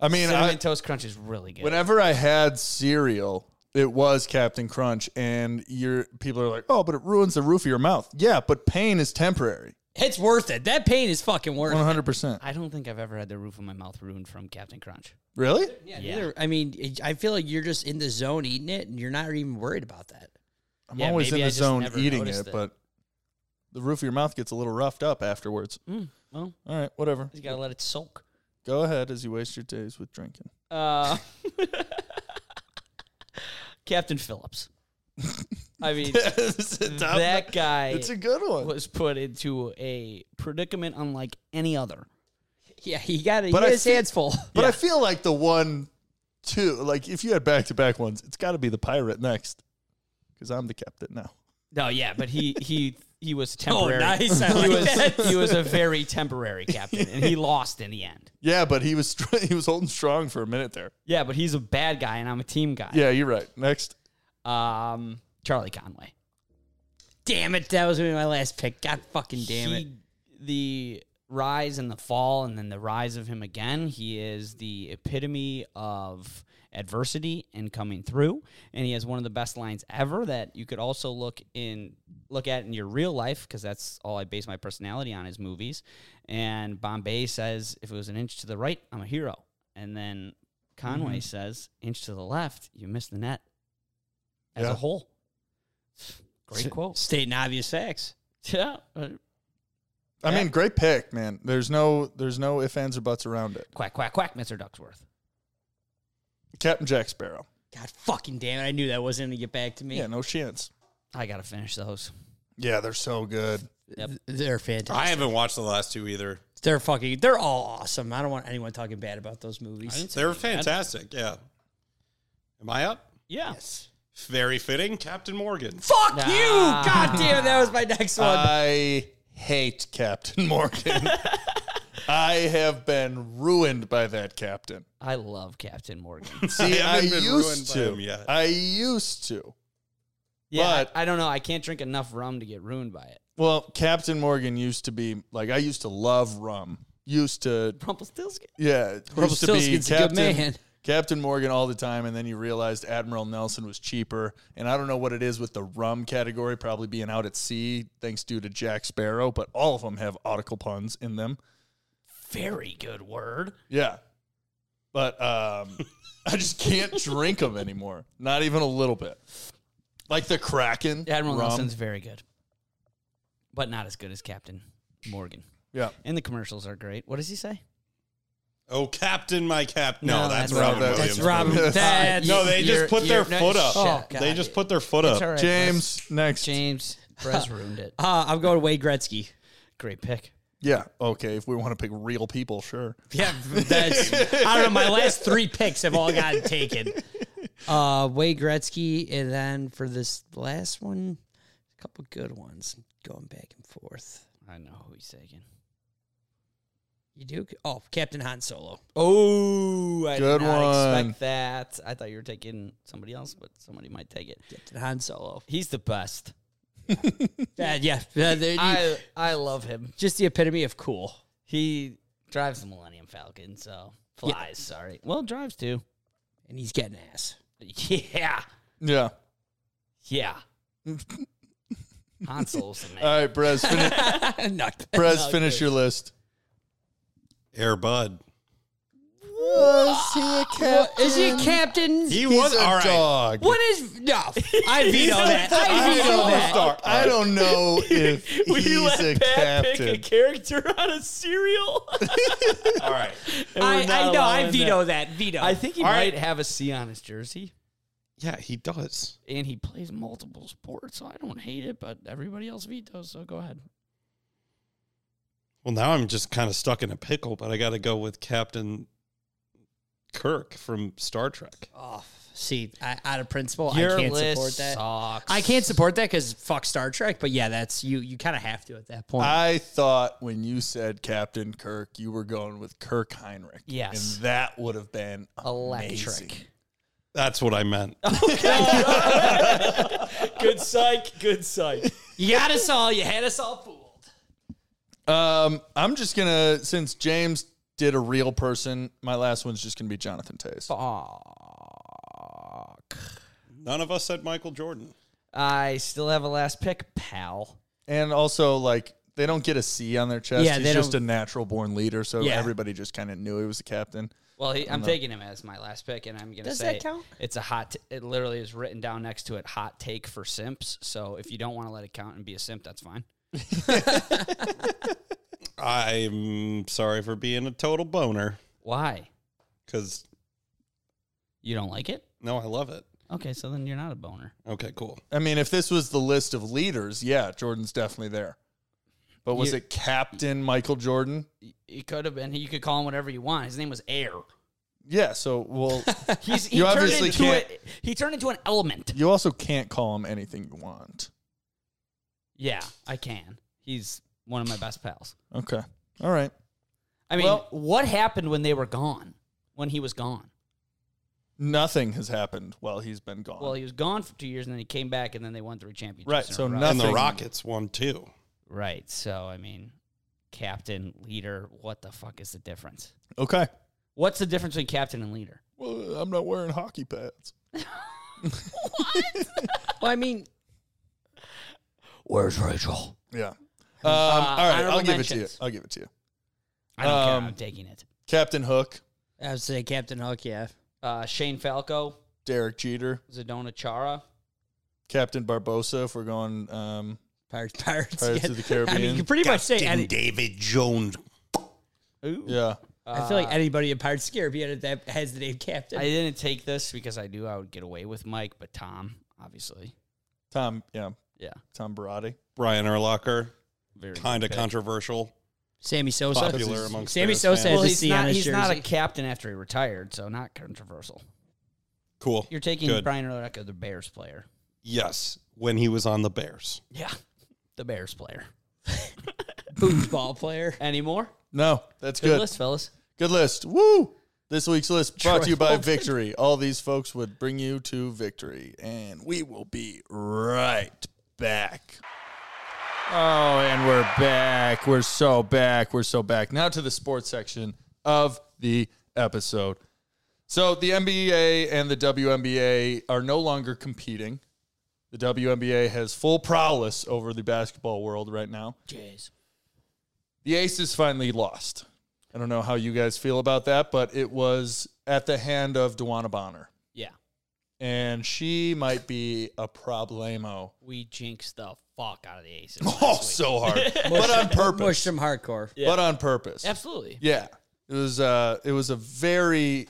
A: I mean,
C: Cinnamon
A: I,
C: Toast Crunch is really good.
A: whenever I had cereal, it was Captain Crunch, and your people are like, "Oh, but it ruins the roof of your mouth." Yeah, but pain is temporary.
D: it's worth it. That pain is fucking worth.
A: One
D: it.
A: hundred percent.
C: I don't think I've ever had the roof of my mouth ruined from Captain Crunch.
A: Really?
D: Yeah, neither- I mean, it- I feel like you're just in the zone eating it, and you're not even worried about that.
A: I'm
C: Yeah,
A: always in
C: maybe
A: the
C: I just
A: zone
C: never
A: eating
C: noticed
A: it,
C: it.
A: but the roof of your mouth gets a little roughed up afterwards.
C: Mm, Well,
A: All right, whatever.
C: you gotta let it soak.
A: Go ahead as you waste your days with drinking.
C: Uh, Captain Phillips. I mean,
A: It's a top-
C: that guy
A: it's a good one.
C: was put into a predicament unlike any other.
D: Yeah, he got it.
A: But I
D: he had his
A: feel-
D: hands full.
A: but I feel like the one, two, like if you had back to back ones, it's got to be the pirate next, because I'm the captain now.
C: No, yeah, but he he he was temporary.
D: I
C: Oh, He
D: like that.
C: was he was a very temporary captain, and he lost in the end.
A: Yeah, but he was str- he was holding strong for a minute there.
C: Yeah, but he's a bad guy, and I'm a team guy.
A: Yeah, you're right. Next.
C: Um, Charlie Conway.
D: Damn it, that was gonna be my last pick. God fucking damn
C: he,
D: it.
C: The rise and the fall, and then the rise of him again. He is the epitome of adversity and coming through. And he has one of the best lines ever that you could also look in look at in your real life because that's all I base my personality on is movies. And Bombay says, "If it was an inch to the right, I'm a hero." And then Conway says, "Inch to the left, you miss the net as
A: Yeah.
C: a whole." Great quote.
D: Stating obvious facts.
C: Yeah. uh,
A: I mean, great pick, man. There's no there's no ifs ands or buts around it.
C: Quack, quack, quack, Mr. Ducksworth.
A: Captain Jack Sparrow.
D: God fucking damn it. I knew that wasn't gonna get back to me.
A: Yeah, no chance.
C: I gotta finish those.
A: Yeah, they're so good.
D: They're fantastic.
E: I haven't watched the last two either.
D: They're fucking they're all awesome. I don't want anyone talking bad about those movies.
E: They're fantastic. Yeah. Am I up?
C: Yeah.
E: Very fitting, Captain Morgan.
D: Fuck you! God damn it, that was my next one.
A: Uh, I hate Captain Morgan. I have been ruined by that captain.
C: I love Captain Morgan.
A: See, I,
E: haven't been
A: used
E: ruined by
A: to.
E: him yet.
A: I used to.
C: yeah,
A: But-
C: I, I don't know. I can't drink enough rum to get ruined by it.
A: Well, Captain Morgan used to be like I used to love rum. Used to
C: Rumpelstiltskin.
A: Yeah, it used to be
D: Rumpelstiltskin's a good
A: Captain,
D: man.
A: Captain Morgan all the time, and then you realized Admiral Nelson was cheaper. And I don't know what it is with the rum category, probably being out at sea, thanks due to Jack Sparrow. But all of them have nautical puns in them.
C: very good word.
A: Yeah. But um, I just can't drink them anymore. Not even a little bit. Like the Kraken.
C: Admiral
A: rum.
C: Nelson's very good, but not as good as Captain Morgan.
A: Yeah.
C: And the commercials are great. What does he say?
E: Oh, Captain, my Captain. No,
C: No,
E: that's,
C: that's
E: Robin
A: Robin.
E: Williams.
D: That's Robin. Um, That's
E: No, they
C: You're-
E: just put their
C: you're- no,
E: foot up. Oh,
C: shut up.
E: they just put their foot up.
C: It's all right,
A: James, next.
C: Brez. James. Brez ruined it.
D: Uh, I'm going Wade Gretzky.
C: Great pick.
A: Yeah. Okay. If we want to pick real people, sure.
D: Yeah, that's, I don't know. My last three picks have all gotten taken. Uh, Wade Gretzky, and then for this last one, a couple good ones going back and forth.
C: I know who he's taking.
D: You do? Oh, Captain Han Solo.
C: Oh, I
A: Good
C: did not
A: one.
C: expect that. I thought you were taking somebody else, but somebody might take it.
D: Captain Han Solo.
C: He's the best.
D: Uh, yeah, uh, there you-
C: I I love him.
D: just the epitome of cool.
C: He drives the Millennium Falcon, so flies. Sorry, well, drives too.
D: And he's getting ass.
C: Yeah,
A: Yeah.
C: yeah. Han Solo's the man.
A: All right, Brez, finish,
D: Not-
A: Brez, finish your list.
E: Air Bud.
A: Was he a captain?
D: Is he a captain?
E: He
A: He's
E: was
A: a
E: all right.
A: dog.
D: what is. No. I veto that. I
A: I
D: veto
A: don't,
D: that.
A: I don't know if he's a captain.
C: character on a serial.
E: All right.
D: I, I know. I veto that. Veto.
C: I think he
E: All
C: might
E: right.
C: have a C on his jersey,
E: Yeah, he does.
C: and he plays multiple sports, so I don't hate it. But everybody else vetoes, so go ahead.
E: Well, now I'm just kind of stuck in a pickle, but I got to go with Captain Kirk from Star Trek.
D: Oh, see, I, out of principle,
C: Your
D: I can't
C: list
D: support that.
C: sucks.
D: I can't support that because fuck Star Trek. But yeah, that's you. You kind of have to at that point.
C: Uh,
A: I thought when you said Captain Kirk, you were going with Kirk Heinrich.
C: Yes.
A: And that would have been amazing.
C: Electric.
E: That's what I meant.
C: Good psych. Good psych.
D: you got us all. You had us all fooled.
A: Um, I'm just gonna since James did a real person, my last one's just gonna be Jonathan Tays.
E: None of us said Michael Jordan.
C: I still have a last pick, pal.
A: And also, like, they don't get a C on their chest.
D: Yeah,
A: He's
D: they
A: just a
D: don't-
A: natural born leader, so
D: Yeah.
A: everybody just kind of knew he was a captain.
C: Well, he, I'm taking him as my last pick, and I'm gonna
D: Does
C: say
D: that count?
C: it's a hot. T- it literally is written down next to it, "hot take for simps." So if you don't want to let it count and be a simp, that's fine.
E: I'm sorry for being a total boner
C: Why?
E: because,
C: You don't like it?
E: no, I love it.
C: Okay, so then you're not a boner.
E: Okay, cool.
A: I mean, if this was the list of leaders, yeah, Jordan's definitely there. But was
C: You-
A: it Captain Michael Jordan?
C: It could have been. You could call him whatever you want. His name was Air.
A: Yeah, so well,
C: He's he
A: You
C: turned
A: obviously
C: into
A: can't-
C: A, he turned into an element.
A: you also can't call him anything you want.
C: Yeah, I can. He's one of my best pals.
A: Okay. All right.
C: I mean,
A: Well-
C: what happened when they were gone? When he was gone?
A: Nothing has happened while he's been gone.
C: Well, he was gone for two years, and then he came back, and then they won three championships.
A: Right,
C: in a
A: so
C: row.
A: nothing-
E: And the Rockets won too.
C: Right. So I mean, captain, leader. What the fuck is the difference?
A: okay.
C: What's the difference between captain and leader?
A: Well, I'm not wearing hockey pads.
D: Well, I mean,
C: Where's Rachel?
A: Yeah. Um, all right,
C: Uh, honorable
A: I'll give it to
C: mentions.
A: you. I'll give it to you.
C: I don't
A: Um,
C: care. I'm taking it.
A: Captain Hook,
D: I would say Captain Hook. Yeah,
C: Uh, Shane Falco,
A: Derek Jeter,
C: Zadona Chara.
A: Captain Barbosa. If we're going, um,
D: Pirates, Pirates,
A: Pirates
D: yeah.
A: of the Caribbean.
D: I mean, you can pretty much say. Any,
E: David Jones.
C: Ooh.
A: yeah,
D: I feel like anybody in Pirates of the Caribbean that has the name Captain.
C: I didn't take this because I knew I would get away with Mike, but Tom, obviously.
A: Tom, yeah,
C: Yeah.
A: Tom Barati.
E: Brian Urlacher.
C: Very
E: Kind of
C: good pick.
E: controversial.
D: Sammy Sosa.
E: Popular amongst
D: Sammy
E: Bears
D: Sosa
E: fans.
D: has
C: Well,
D: a
C: he's
D: C on
C: not,
D: his
C: he's not a
D: jersey.
C: captain after he retired, so not controversial.
E: Cool.
C: You're taking
E: Good.
C: Brian Urlacher, the Bears player.
E: Yes, when he was on the Bears.
C: Yeah. The Bears player.
D: Boom ball player.
C: Any more?
A: No, that's
C: Good,
A: good.
C: list, fellas.
A: Good list. Woo! This week's list brought to you by
D: Travolta.
A: Victory. All these folks would bring you to victory, and we will be right back. Oh, and we're back. We're so back. We're so back. Now to the sports section of the episode. So the NBA and the WNBA are no longer competing. The WNBA has full prowess over the basketball world right now.
C: Jeez.
A: The Aces finally lost I don't know how you guys feel about that, but it was at the hand of Dewana Bonner.
C: Yeah.
A: And she might be a problemo.
C: We jinxed the fuck out of the Aces.
A: Oh, so hard. but on
D: Push
A: purpose.
D: them hardcore.
A: But on purpose.
C: Absolutely.
A: Yeah. It was uh it was a very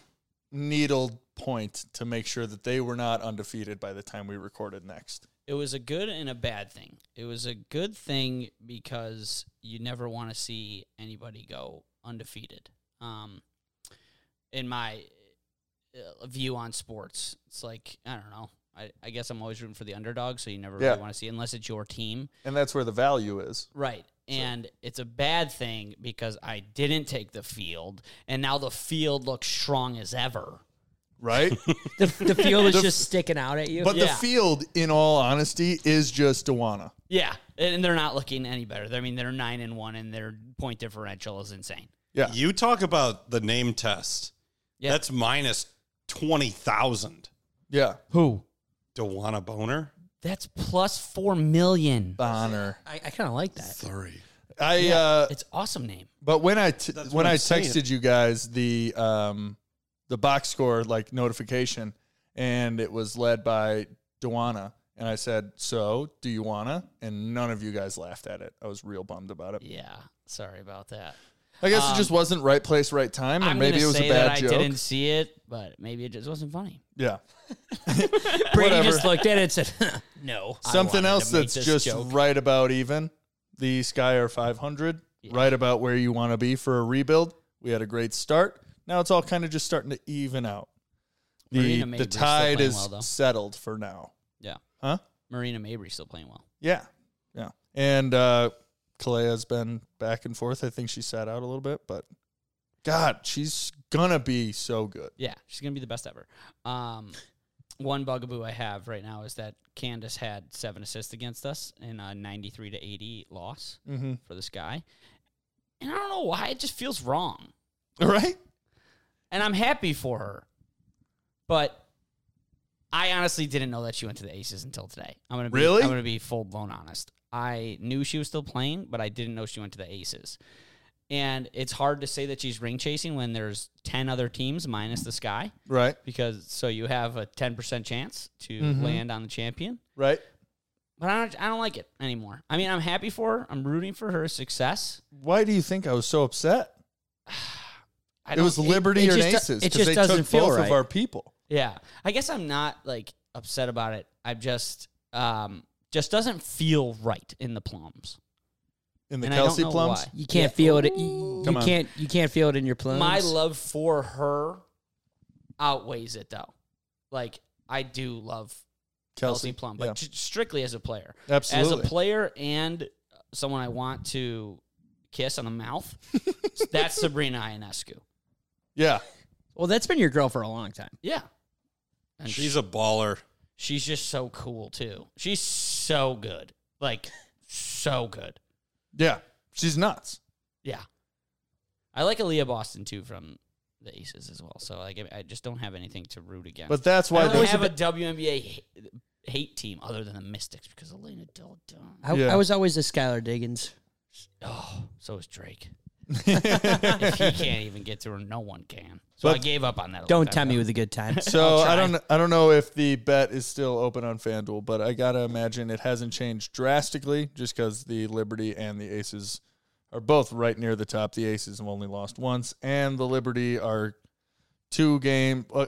A: needled point to make sure that they were not undefeated by the time we recorded next.
C: It was a good and a bad thing. It was a good thing because you never want to see anybody go undefeated. Um, in my uh, view on sports, it's like I don't know. I, I guess I'm always rooting for the underdog, so you never
A: Yeah.
C: really want to see unless it's your team.
A: And that's where the value is.
C: Right. And it's a bad thing because I didn't take the field, and now the field looks strong as ever.
A: Right?
D: The, the field is just sticking out at you.
A: but the
C: Yeah.
A: field, in all honesty, is just Dewana.
C: Yeah, and they're not looking any better. I mean, they're nine and one, and their point differential is insane.
A: Yeah.
E: You talk about the name test.
C: Yeah.
E: That's minus 20,000.
A: Yeah.
C: Who?
E: Dewana Boner?
C: That's plus four million.
A: Bonner.
D: I, I kind of like that.
E: Three.
A: I uh
C: It's awesome name.
A: But when I t-
E: That's
A: when
E: what
A: I
E: I'm saying.
A: texted you guys the um the box score like notification, and it was led by Dewana, and I said, "So do you wanna?" And none of you guys laughed at it. I was real bummed about it.
C: Yeah, sorry about that.
A: I guess it just wasn't right place, right time, and
C: I'm
A: maybe
C: gonna
A: it was
C: say
A: a bad
C: that
A: joke.
C: I didn't see it, but maybe it just wasn't funny.
A: Yeah,
D: Brady
A: Whatever.
D: just looked at it and said, no.
C: I wanted
A: something
C: to
A: else
C: make
A: that's
C: this
A: just
C: joke.
A: right about even. The Sky are 500, right about where you want to be for a rebuild. We had a great start. Now it's all kind of just starting to even out. The,
C: Marina Mabry's
A: the
C: still
A: tide
C: playing
A: is
C: well, though.
A: settled for now.
C: Yeah,
A: Huh?
C: Marina Mabry's still playing well.
A: Yeah. Yeah. And uh Kalea's been back and forth. I think she sat out a little bit, but God, she's gonna be so good.
C: Yeah, she's gonna be the best ever. Um, one bugaboo I have right now is that Candace had seven assists against us in a ninety-three to eighty loss
A: Mm-hmm.
C: for this guy, and I don't know Oh, why it just feels wrong.
A: Right?
C: and I'm happy for her. But I honestly didn't know that she went to the Aces until today. I'm gonna be,
A: Really?
C: I'm gonna be full blown honest. I knew she was still playing, but I didn't know she went to the Aces. And it's hard to say that she's ring chasing when there's ten other teams minus the Sky,
A: Right.
C: because so you have a ten percent chance to
A: Mm-hmm.
C: land on the champion.
A: Right.
C: But I don't, I don't like it anymore. I mean, I'm happy for her. I'm rooting for her success.
A: Why do you think I was so upset?
C: I
A: It was
C: don't-
A: Liberty
D: it
A: or
D: just do-
A: Aces
D: it
A: because
D: just
A: they
D: doesn't
A: took
D: feel
A: both of
D: right.
A: our people.
C: Yeah. I guess I'm not like upset about it. I'm just um just doesn't feel right in the plums.
A: In the
C: And I don't
A: Kelsey
C: know
A: plums.
C: why.
D: You can't feel it. You, you
A: Come on.
D: can't. You can't feel it in your plums.
C: My love for her outweighs it though. Like I do love Kelsey, Plum, but
A: yeah.
C: j- strictly as a player. As
A: Absolutely.
C: a player and someone I want to kiss on the mouth, that's Sabrina Ionescu.
A: yeah.
D: Well, that's been your girl for a long time.
C: Yeah. And
E: She's a baller.
C: she's just so cool too. She's so good. Like so good.
A: Yeah. She's nuts.
C: Yeah. I like Aaliyah Boston too from the Aces as well. So like I- I just don't have anything to root against.
A: But that's
C: I
A: why
C: don't
A: the,
C: have a WNBA ha- hate team other than the Mystics because Elena Del Don.
D: I,
A: Yeah.
D: I was always a Skylar Diggins.
C: Oh, so is Drake. if he can't even get through, no one can. So I
A: But-
C: gave up on that. a long
D: Don't
C: time
D: tell me
C: ago.
D: with a good time.
A: So
C: I'll
A: I
C: try.
A: don't I don't know if the bet is still open on FanDuel, but I gotta imagine it hasn't changed drastically just because the Liberty and the Aces are both right near the top. The Aces have only lost once, and the Liberty are two game uh,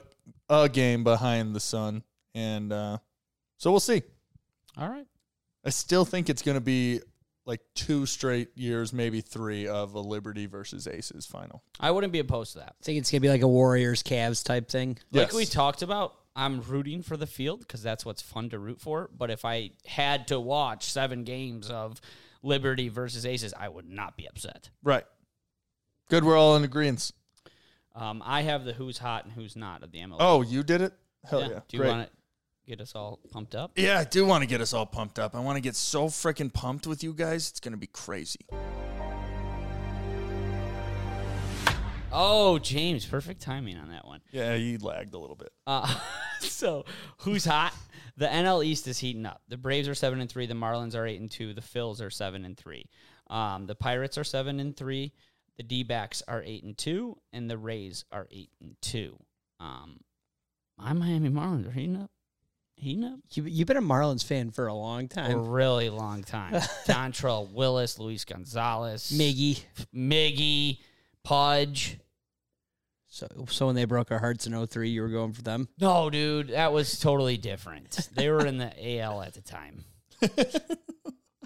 A: a game behind the Sun, and uh, so we'll see.
C: All right.
A: I still think it's gonna be like two straight years, maybe three, of a Liberty versus Aces final.
C: I wouldn't be opposed to that.
D: I think it's gonna be like a Warriors Cavs type thing.
C: Like we talked about, I'm rooting for the field because that's what's fun to root for. But if I had to watch seven games of Liberty versus Aces, I would not be upset.
A: right. Good, we're all in agreement.
C: Um, I have the who's hot and who's not of the MLB.
A: Oh, you did it? Hell yeah.
C: Do you
A: Great.
C: want to get us all pumped up?
A: Yeah, I do want to get us all pumped up. I want to get so freaking pumped with you guys. It's going to be crazy.
C: Oh, James, perfect timing on that one.
A: Yeah, you lagged a little bit.
C: Uh, so, who's hot? The NL East is heating up. The Braves are seven and three. The Marlins are eight and two. The Phils are seven and three. Um, the Pirates are seven and three. The D backs are eight and two, and the Rays are eight and two. Um, my Miami Marlins are heating up, heating up
D: You, you've been a Marlins fan for a long
C: a
D: time.
C: really long time. Dontrell Willis, Luis Gonzalez,
D: Miggy.
C: Miggy, Pudge.
D: So, so when they broke our hearts in 03, you were going for them.
C: No, dude, that was totally different. They were in the AL at the time.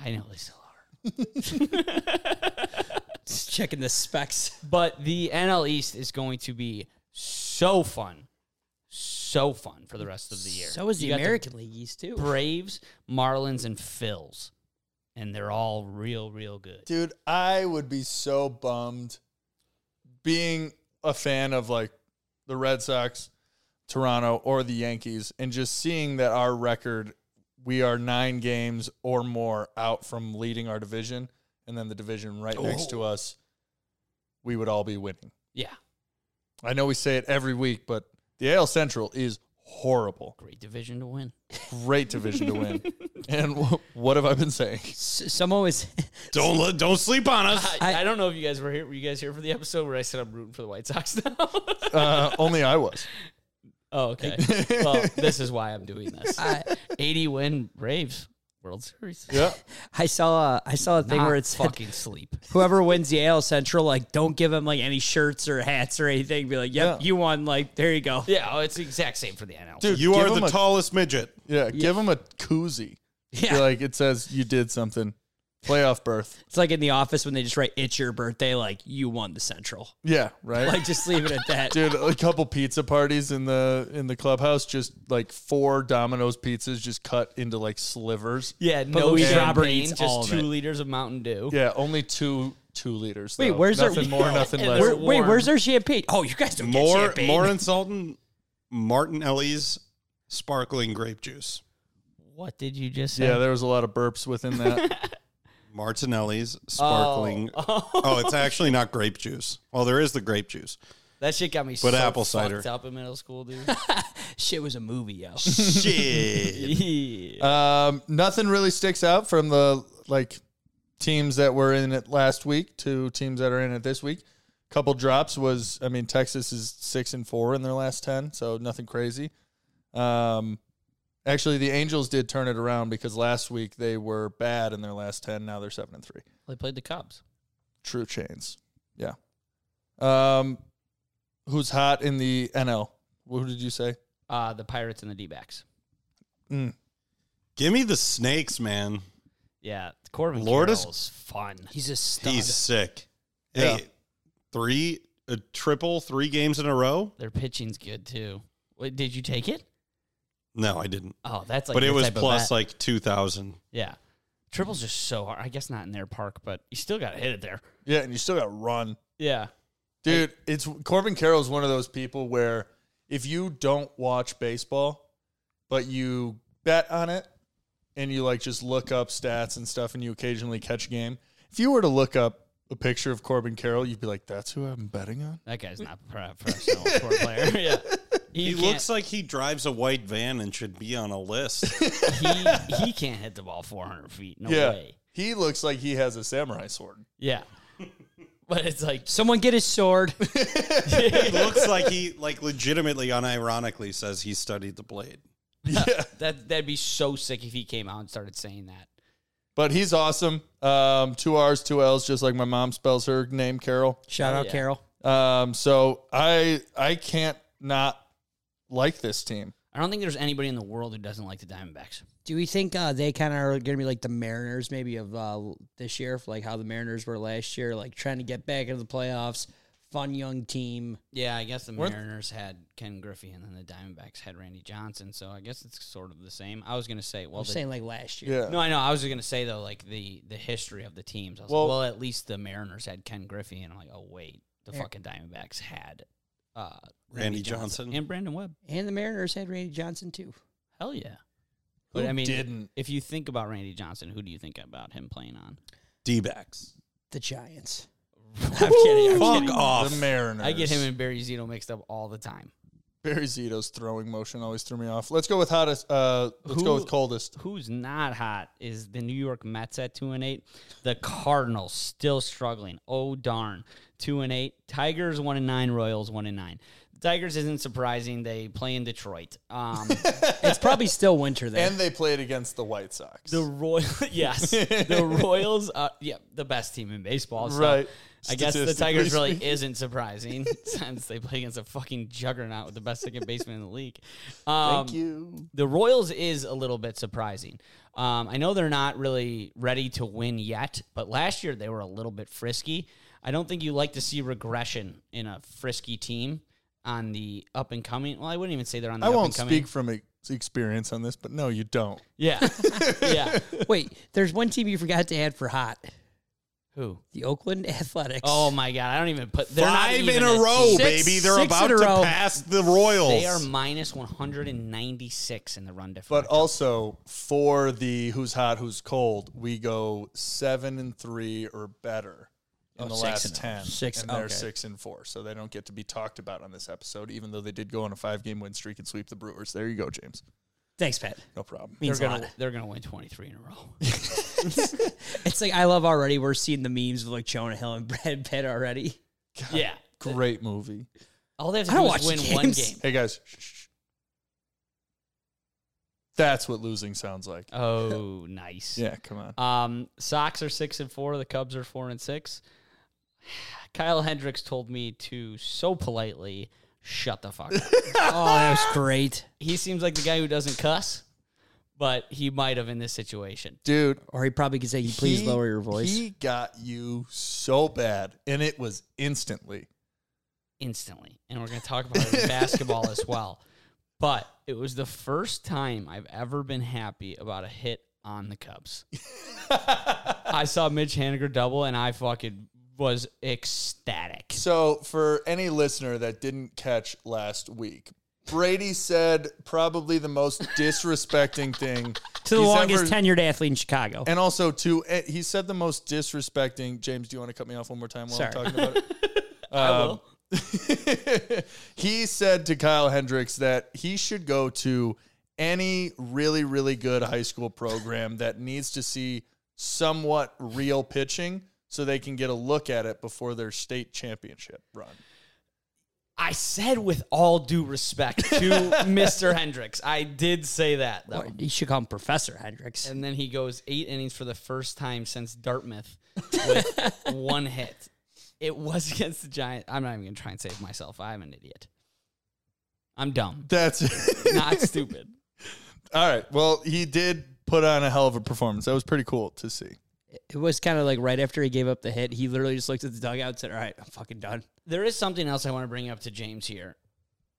C: I know they still are.
D: Just checking the specs.
C: But the NL East is going to be so fun. So fun for the rest of the year.
D: So is
C: You
D: the
C: got
D: American League East too.
C: Braves, Marlins, and Phils. And they're all real, real good.
A: Dude, I would be so bummed being a fan of like the Red Sox, Toronto, or the Yankees, and just seeing that our record, we are nine games or more out from leading our division, and then the division right next to us, we would all be winning.
C: Yeah.
A: I know we say it every week, but the AL Central is horrible.
C: Great division to win.
A: Great division to win. And wh- what have I been saying?
D: S- Some always
E: Don't let, don't sleep on us.
C: I, I, don't know if you guys were here. Were you guys here for the episode where I said I'm rooting for the White Sox now?
A: Uh, only I was.
C: oh, okay. well, this is why I'm doing this. 80 win Braves World Series.
A: Yeah.
D: I saw a, I saw a thing
C: Not
D: where it's
C: fucking sleep.
D: whoever wins the AL Central, like don't give them like any shirts or hats or anything. Be like, yep,
A: Yeah.
D: you won. Like there you go.
C: Yeah, oh, it's the exact same for the NL.
A: Dude,
E: you
A: give
E: are
A: him
E: the
A: a-
E: tallest midget.
A: Yeah, give him a koozie.
D: Yeah.
A: Be Like it says you did something. Playoff berth.
D: It's like in the office when they just write it's your birthday, like you won the Central.
A: Yeah, right.
D: Like just leave it at that.
A: Dude, a couple pizza parties in the in the clubhouse, just like four Domino's pizzas just cut into like slivers.
C: yeah,
D: no Luis
C: champagne,
D: Robert eats all of
C: just two
D: it.
C: liters of Mountain Dew.
A: Yeah, only two two liters.
D: Wait,
A: though.
D: where's our-
A: nothing more, nothing
C: And
A: less?
D: Where,
C: Where-
D: wait,
C: warm.
D: where's our champagne? Oh, you guys don't get
E: More
D: champagne.
E: more insulting Martinelli's sparkling grape juice.
C: What did you just say?
A: yeah, there was a lot of burps within that.
E: Martinelli's sparkling. Oh. it's actually not grape juice. Well, there is the grape juice.
C: that shit got me
E: But
C: so
E: apple
C: fucked
E: cider.
C: up in middle school, dude.
D: Shit was a movie, yo.
E: Shit.
C: Yeah.
A: um, nothing really sticks out from the like teams that were in it last week to teams that are in it this week. Couple drops was I mean Texas is six and four in their last ten, so nothing crazy. Um, actually, the Angels did turn it around because last week they were bad in their last ten. Now they're seven and three.
C: they played the Cubs.
A: True chains, yeah. Um, who's hot in the NL? Who did you say?
C: Uh, the Pirates and the D backs.
E: Give me the snakes, man.
C: Yeah. Corbin
E: Lord is-
C: Carroll's fun.
D: He's a stud.
E: He's sick.
A: Yeah.
E: Hey, three a triple, three games in a row?
C: Their pitching's good too. Wait, did you take it?
E: No, I didn't.
C: Oh, that's like
E: but it
C: your
E: was
C: type of
E: plus
C: bat.
E: like two thousand.
C: yeah. Triple's just so hard. I guess not in their park, but you still got to hit it there.
A: Yeah, and you still got run.
C: Yeah.
A: Dude, it's Corbin Carroll's one of those people where if you don't watch baseball, but you bet on it and you like just look up stats and stuff and you occasionally catch a game, if you were to look up a picture of Corbin Carroll, you'd be like, that's who I'm betting on?
C: That guy's not a pro- professional sport player. Yeah.
E: He
C: can't-
E: looks like he drives a white van and should be on a list.
C: he he can't hit the ball 400 feet. No
A: yeah.
C: way.
A: He looks like he has a samurai sword.
C: Yeah. But it's like
D: Someone get his sword.
E: he looks like he like legitimately unironically says he studied the blade.
A: yeah.
C: that that'd be so sick if he came out and started saying that.
A: But he's awesome. Um, two R's, two L's, just like my mom spells her name, Carroll.
D: Shout out,
C: yeah.
D: Carol.
A: Um, so I I can't not like this team.
C: I don't think there's anybody in the world who doesn't like the Diamondbacks.
D: Do we think uh, they kind of are going to be like the Mariners maybe of uh, this year, like how the Mariners were last year, like trying to get back into the playoffs? Fun young team.
C: Yeah, I guess the
A: Weren't-
C: Mariners had Ken Griffey and then the Diamondbacks had Randy Johnson, so I guess it's sort of the same. I was going to say, well,
D: I'm
C: the-
D: saying like last year.
A: Yeah.
C: no, I know. I was going to say though, like the the history of the teams. I was well,
A: Well-
C: like, well, at least the Mariners had Ken Griffey, and I'm like, oh wait, the
D: Yeah.
C: fucking Diamondbacks had uh,
E: Randy Johnson.
C: and Brandon Webb.
D: And the Mariners had Randy Johnson too.
C: Hell yeah.
A: Who didn't?
C: if you think about Randy Johnson, who do you think about him playing on?
E: D backs.
D: The Giants.
C: I'm kidding.
E: Fuck off.
A: The Mariners.
C: I get him and Barry Zito mixed up all the time.
A: Barry Zito's throwing motion always threw me off. Let's go with hottest. Uh, let's go
C: Who-
A: with coldest.
C: Who's not hot is the New York Mets at two and eight. The Cardinals still struggling. Oh darn, two and eight. Tigers one and nine. Royals one and nine. Tigers isn't surprising. They play in Detroit. Um,
D: It's probably still winter there.
A: And they played against the White Sox.
C: the Royal, yes, the Royals. Are, yeah, the best team in baseball. So
A: Right.
C: I guess the
A: Statistically
C: Tigers really
A: speaking.
C: isn't surprising since they play against a fucking juggernaut with the best second baseman in the league. Um,
A: Thank you.
C: the Royals is a little bit surprising. Um, I know they're not really ready to win yet, but last year they were a little bit frisky. I don't think you like to see regression in a frisky team on the up and coming. Well, I wouldn't even say they're on the
A: I
C: up
A: won't
C: and coming.
A: speak from ex- experience on this, but no, you don't.
C: Yeah, yeah.
D: Wait, there's one team you forgot to add for hot.
C: Who?
D: The Oakland Athletics.
C: Oh my god! I don't even put. They're not
E: Five
C: even
E: in a row,
C: team.
D: Six-
E: baby. They're
D: six
E: about
D: in a
E: to
D: row.
E: pass the Royals.
C: They are minus one hundred and ninety six in the run
A: But
C: differential.
A: also for the who's hot, who's cold, we go seven and three or better in
D: Oh,
A: the
D: six
A: last
D: and-
A: ten.
D: six-
A: and they're
D: okay.
A: six and four, so they don't get to be talked about on this episode, even though they did go on a five-game win streak and sweep the Brewers. There you go, James.
D: Thanks, Pat.
A: No problem.
C: they're
D: Means a lot.
C: gonna they're gonna win twenty three in a row.
D: It's like I love already. We're seeing the memes of like Jonah Hill and Brad Pitt already.
C: yeah.
A: Great movie.
C: All they have to
D: I don't
C: do is
D: watch
C: win one
D: games.
C: game.
A: Hey guys. Shh, shh, shh. That's what losing sounds like.
C: Oh, nice.
A: Yeah, come on.
C: Um, Sox are six and four. The Cubs are four and six. Kyle Hendricks told me to so politely shut the fuck up.
D: Oh, that was great.
C: he seems like the guy who doesn't cuss, but he might have in this situation.
A: Dude,
D: Or he probably could say, "You please
A: he-
D: lower your voice."
A: He got you so bad, and it was instantly.
C: instantly. And we're going to talk about it in basketball as well. But it was the first time I've ever been happy about a hit on the Cubs. I saw Mitch Haniger double and I fucking was ecstatic.
A: So, for any listener that didn't catch last week, Brady said probably the most disrespecting thing
D: to the
A: he's
D: longest
A: ever-
D: tenured athlete in Chicago.
A: And also, to he said the most disrespecting. James, do you want to cut me off one more time while I'm
D: Sorry.
A: talking about it? I will. he said to Kyle Hendricks that he should go to any really, really good high school program that needs to see somewhat real pitching so they can get a look at it before their state championship run.
C: I said with all due respect to Mr. Hendricks. I did say that though.
D: Or you should call him Professor Hendricks.
C: And then he goes eight innings for the first time since Dartmouth with one hit. It was against the Giants. I'm not even going to try and save myself. I'm an idiot. I'm dumb,
A: That's
C: not stupid.
A: all right. Well, he did put on a hell of a performance. That was pretty cool to see.
D: It was kind of like right after he gave up the hit, he literally just looked at the dugout and said, "All right, I'm fucking done."
C: There is something else I want to bring up to James here.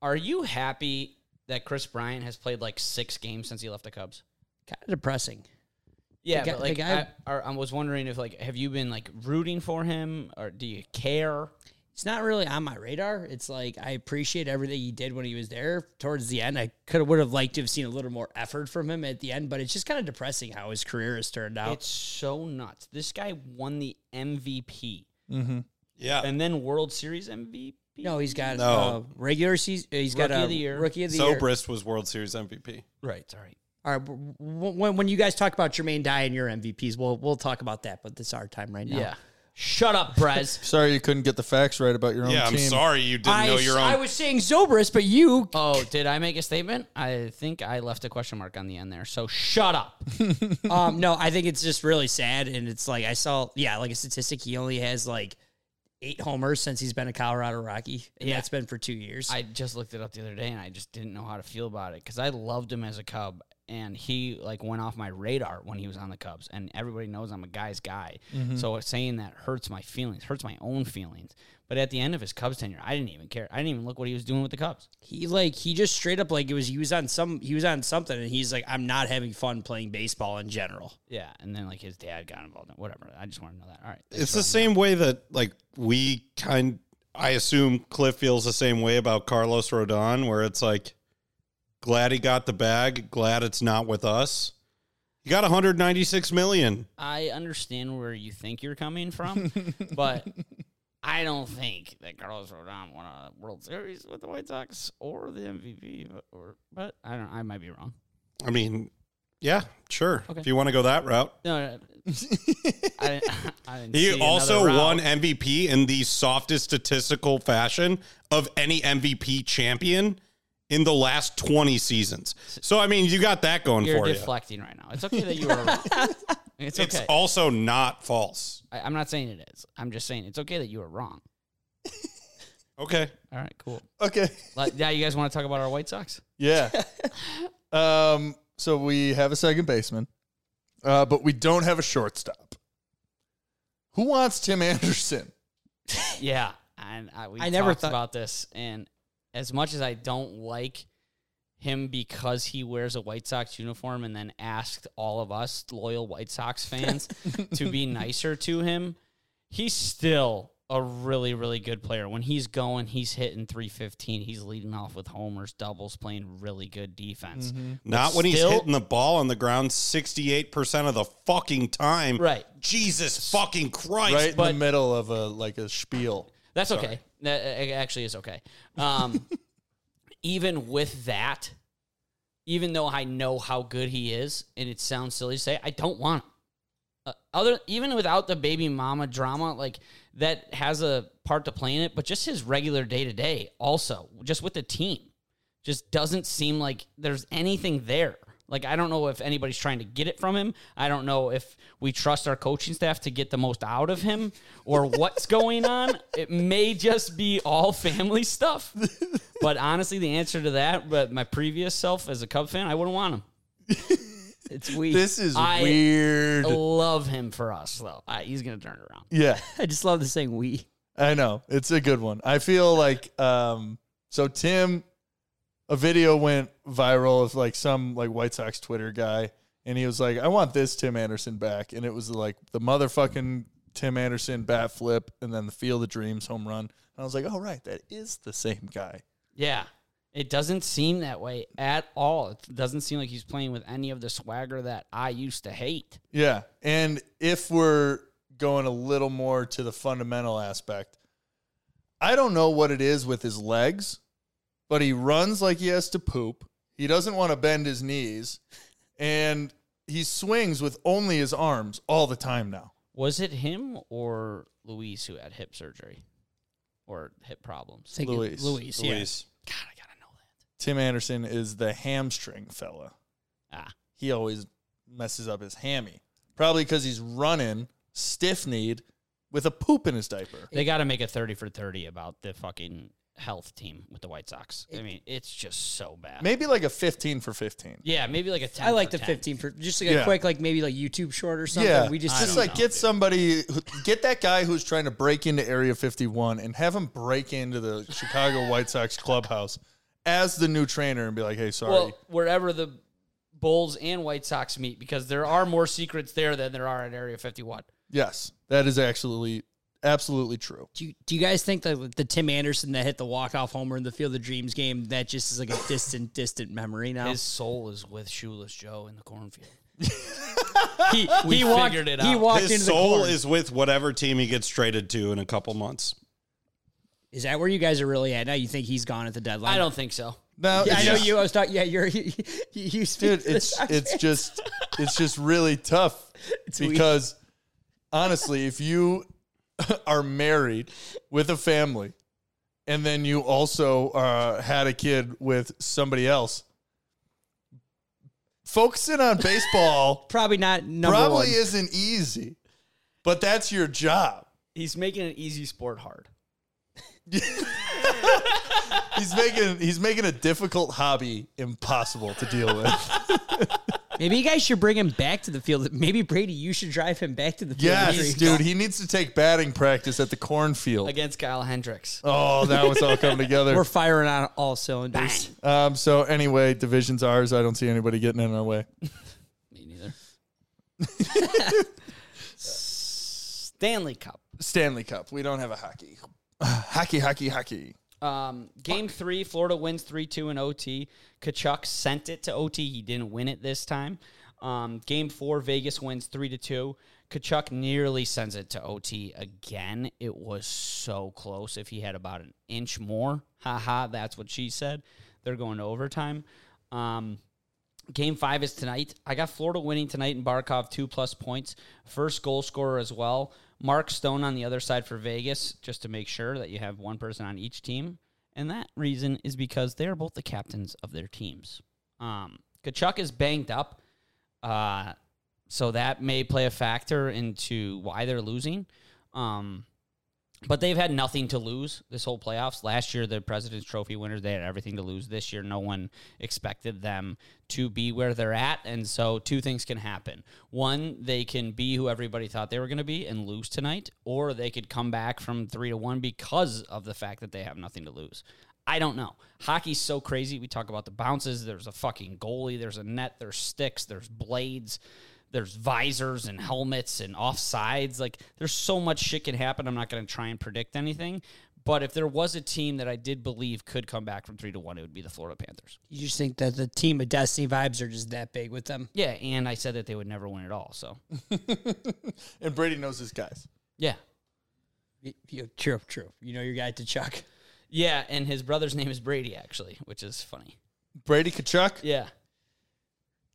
C: Are you happy that Chris Bryant has played like six games since he left the Cubs?
D: Kind of depressing.
C: Yeah,
D: The guy-
C: but like
D: the guy-
C: I, or I was wondering if like have you been like rooting for him or do you care?
D: It's not really on my radar. It's like I appreciate everything he did when he was there. Towards the end, I could have would have liked to have seen a little more effort from him at the end, but it's just kind of depressing how his career has turned out.
C: It's so nuts. This guy won the MVP
E: yeah.
C: and then World Series MVP.
D: no, he's got
E: No.
D: uh, regular season. He's got
C: Rookie
D: a
C: of the year.
D: rookie of the year.
E: Sobrist was World Series MVP.
C: Right, sorry.
D: All right, w- w- when, when you guys talk about Jermaine Dye and your MVPs, we'll we'll talk about that. But this is our time right now.
C: Yeah. Shut up, Brez.
A: Sorry you couldn't get the facts right about your own
E: Yeah, I'm
A: team.
E: sorry you didn't
D: I,
E: know your
D: I
E: own.
D: was saying Zobrist, but you
C: oh, did I make a statement? I think I left a question mark on the end there. So shut up.
D: um no, I think it's just really sad and it's like I saw yeah, like a statistic he only has like eight homers since he's been a Colorado Rocky. And
C: Yeah.
D: that's been for two years.
C: I just looked it up the other day and I just didn't know how to feel about it because I loved him as a Cub and he like went off my radar when he was on the Cubs and everybody knows I'm a guy's guy. So saying that hurts my feelings, hurts my own feelings. But at the end of his Cubs tenure, I didn't even care. I didn't even look what he was doing with the Cubs.
D: he like he just straight up like it was he was on some he was on something and he's like, I'm not having fun playing baseball in general.
C: Yeah, and then like his dad got involved in whatever. I just want to know that. All right.
E: it's the same way that like we kind I assume Cliff feels the same way about Carlos Rodon where it's like glad he got the bag, glad it's not with us. He got 196 million.
C: I understand where you think you're coming from, but I don't think that Carlos Rodon won a World Series with the White Sox or the MVP, but, or, but I don't. I might be wrong.
E: I mean, yeah, sure.
C: Okay.
E: If you want to go that route.
C: No, no, I, didn't- I didn't. see
E: He
C: another
E: also
C: route.
E: won MVP in the softest statistical fashion of any MVP champion in the last 20 seasons. So, I mean, you got that going
C: You're
E: for
C: deflecting right now. It's okay that you were wrong. It's
E: you. It's
C: okay.
E: also not false.
C: I, I'm not saying it is. I'm just saying it's okay that you were wrong.
E: Okay.
C: All right, cool.
A: Okay.
C: Like, now you guys want to talk about our White Sox?
A: Yeah. um, so we have a second baseman, uh, but we don't have a shortstop. Who wants Tim Anderson?
C: Yeah, and I, we
D: I never
C: talked
D: thought-
C: about this. And as much as I don't like him because he wears a White Sox uniform, and then asked all of us loyal White Sox fans to be nicer to him, he's still a really, really good player. When he's going, he's hitting 315. He's leading off with homers, doubles, playing really good defense.
D: Mm-hmm.
E: Not when
C: still-
E: he's hitting the ball on the ground 68% of the fucking time.
C: Right.
E: Jesus fucking Christ.
A: Right
C: but-
A: in the middle of a like a spiel.
C: That's okay. That uh, actually is okay. Um, even with that, even though I know how good he is, and it sounds silly to say, I don't want him. Uh, other even without the baby mama drama, like that has a part to play in it, but just his regular day to day, also just with the team, just doesn't seem like there's anything there. Like I don't know if anybody's trying to get it from him. I don't know if we trust our coaching staff to get the most out of him or what's going on. It may just be all family stuff. But honestly, the answer to that, but my previous self as a Cub fan, I wouldn't want him.
D: It's weak.
A: This is
C: I-
A: weird.
C: Love him for us though. Uh, he's gonna turn it around.
A: Yeah.
D: I just love the saying we.
A: I know. It's a good one. I feel like um so Tim a video went viral of like some like White Sox Twitter guy and he was like, I want this Tim Anderson back. And it was like the motherfucking Tim Anderson bat flip and then the Field of Dreams home run. And I was like, Oh right, that is the same guy.
C: Yeah. It doesn't seem that way at all. It doesn't seem like he's playing with any of the swagger that I used to hate.
A: Yeah. And if we're going a little more to the fundamental aspect, I don't know what it is with his legs, but he runs like he has to poop. He doesn't want to bend his knees. And he swings with only his arms all the time now.
C: Was it him or Luis who had hip surgery or hip problems?
D: Thinking
A: Luis.
D: Luis. Yeah.
E: Luis.
C: God, I gotta know that.
A: Tim Anderson is the hamstring fella.
C: Ah,
A: He always messes up his hammy, probably because he's running stiff kneed with a poop in his diaper.
C: they got to make a thirty for thirty about the fucking health team with the White Sox. I mean, it's just so bad.
A: Maybe like a 15 for 15.
C: yeah, maybe like a ten.
D: I like
C: for
D: the
C: 10.
D: 15 for just like a
A: Yeah.
D: quick, like maybe like YouTube short or something.
A: Yeah,
D: We just,
A: just
C: don't
A: like
C: know,
A: get
C: dude.
A: somebody, who- get that guy who's trying to break into Area 51 and have him break into the Chicago White Sox clubhouse as the new trainer and be like, "Hey, sorry,
C: Well, wherever the Bulls and White Sox meet, because there are more secrets there than there are at Area Fifty One.
A: yes, that is actually absolutely true."
D: do, you, do you guys think that the Tim Anderson that hit the walk off homer in the Field of Dreams game, that just is like a distant, distant memory now?
C: His soul is with Shoeless Joe in the cornfield.
D: he,
C: We
D: he walked,
C: figured it
D: He
C: out.
D: walked
E: His
D: into the
E: soul
D: corn.
E: is with whatever team he gets traded to in a couple months.
D: Is that where you guys are really at now? You think he's gone at the deadline?
C: I don't think so.
A: Now,
D: Yeah, I
A: it's
D: know
A: just-
D: you. I was talking. Yeah, you're. You, you, you speak
A: dude.
D: to the
A: It's
D: Sox
A: it's
D: fans.
A: just it's just really tough
D: weird.
A: because honestly, if you are married with a family and then you also uh, had a kid with somebody else, focusing on baseball
D: probably not number
A: probably
D: one.
A: isn't easy, but that's your job.
C: He's making an easy sport hard.
A: He's making he's making a difficult hobby impossible to deal with.
D: Maybe you guys should bring him back to the field. Maybe Brady, you should drive him back to the field.
A: Yes, dude, he needs to take batting practice at the cornfield.
C: against Kyle Hendricks.
A: Oh, that was all coming together.
D: We're firing on all cylinders.
A: Um, so anyway, division's ours. I don't see anybody getting in our way.
C: Me neither. Stanley Cup.
A: Stanley Cup. We don't have a hockey. hockey, hockey, hockey.
C: Um, game three, Florida wins 3 2 in OT. Kachuk sent it to OT. He didn't win it this time. Um, game four, Vegas wins three to two. Kachuk nearly sends it to OT again. It was so close. If he had about an inch more, haha, that's what she said. They're going to overtime. Um, Game five is tonight. I got Florida winning tonight in Barkov two plus points. First goal scorer as well. Mark Stone on the other side for Vegas, just to make sure that you have one person on each team. And that reason is because they are both the captains of their teams. Um, Kachuk is banged up, uh, so that may play a factor into why they're losing. Um, but they've had nothing to lose this whole playoffs. Last year, the President's Trophy winners, they had everything to lose. This year, no one expected them to be where they're at. And so, two things can happen. One, they can be who everybody thought they were going to be and lose tonight, or they could come back from three to one because of the fact that they have nothing to lose. I don't know. Hockey's so crazy. We talk about the bounces. There's a fucking goalie. There's a net. There's sticks. There's blades. There's visors and helmets and offsides. Like there's so much shit can happen. I'm not going to try and predict anything. But if there was a team that I did believe could come back from three to one, it would be the Florida Panthers.
D: You just think that the team of Destiny vibes are just that big with them.
C: Yeah, and I said that they would never win at all. So
A: and Brady knows his guys.
C: yeah,
D: Y- you- true, true. You know your guy to Chuck.
C: yeah, and his brother's name is Brady actually, which is funny.
A: Brady Kachuk.
C: Yeah,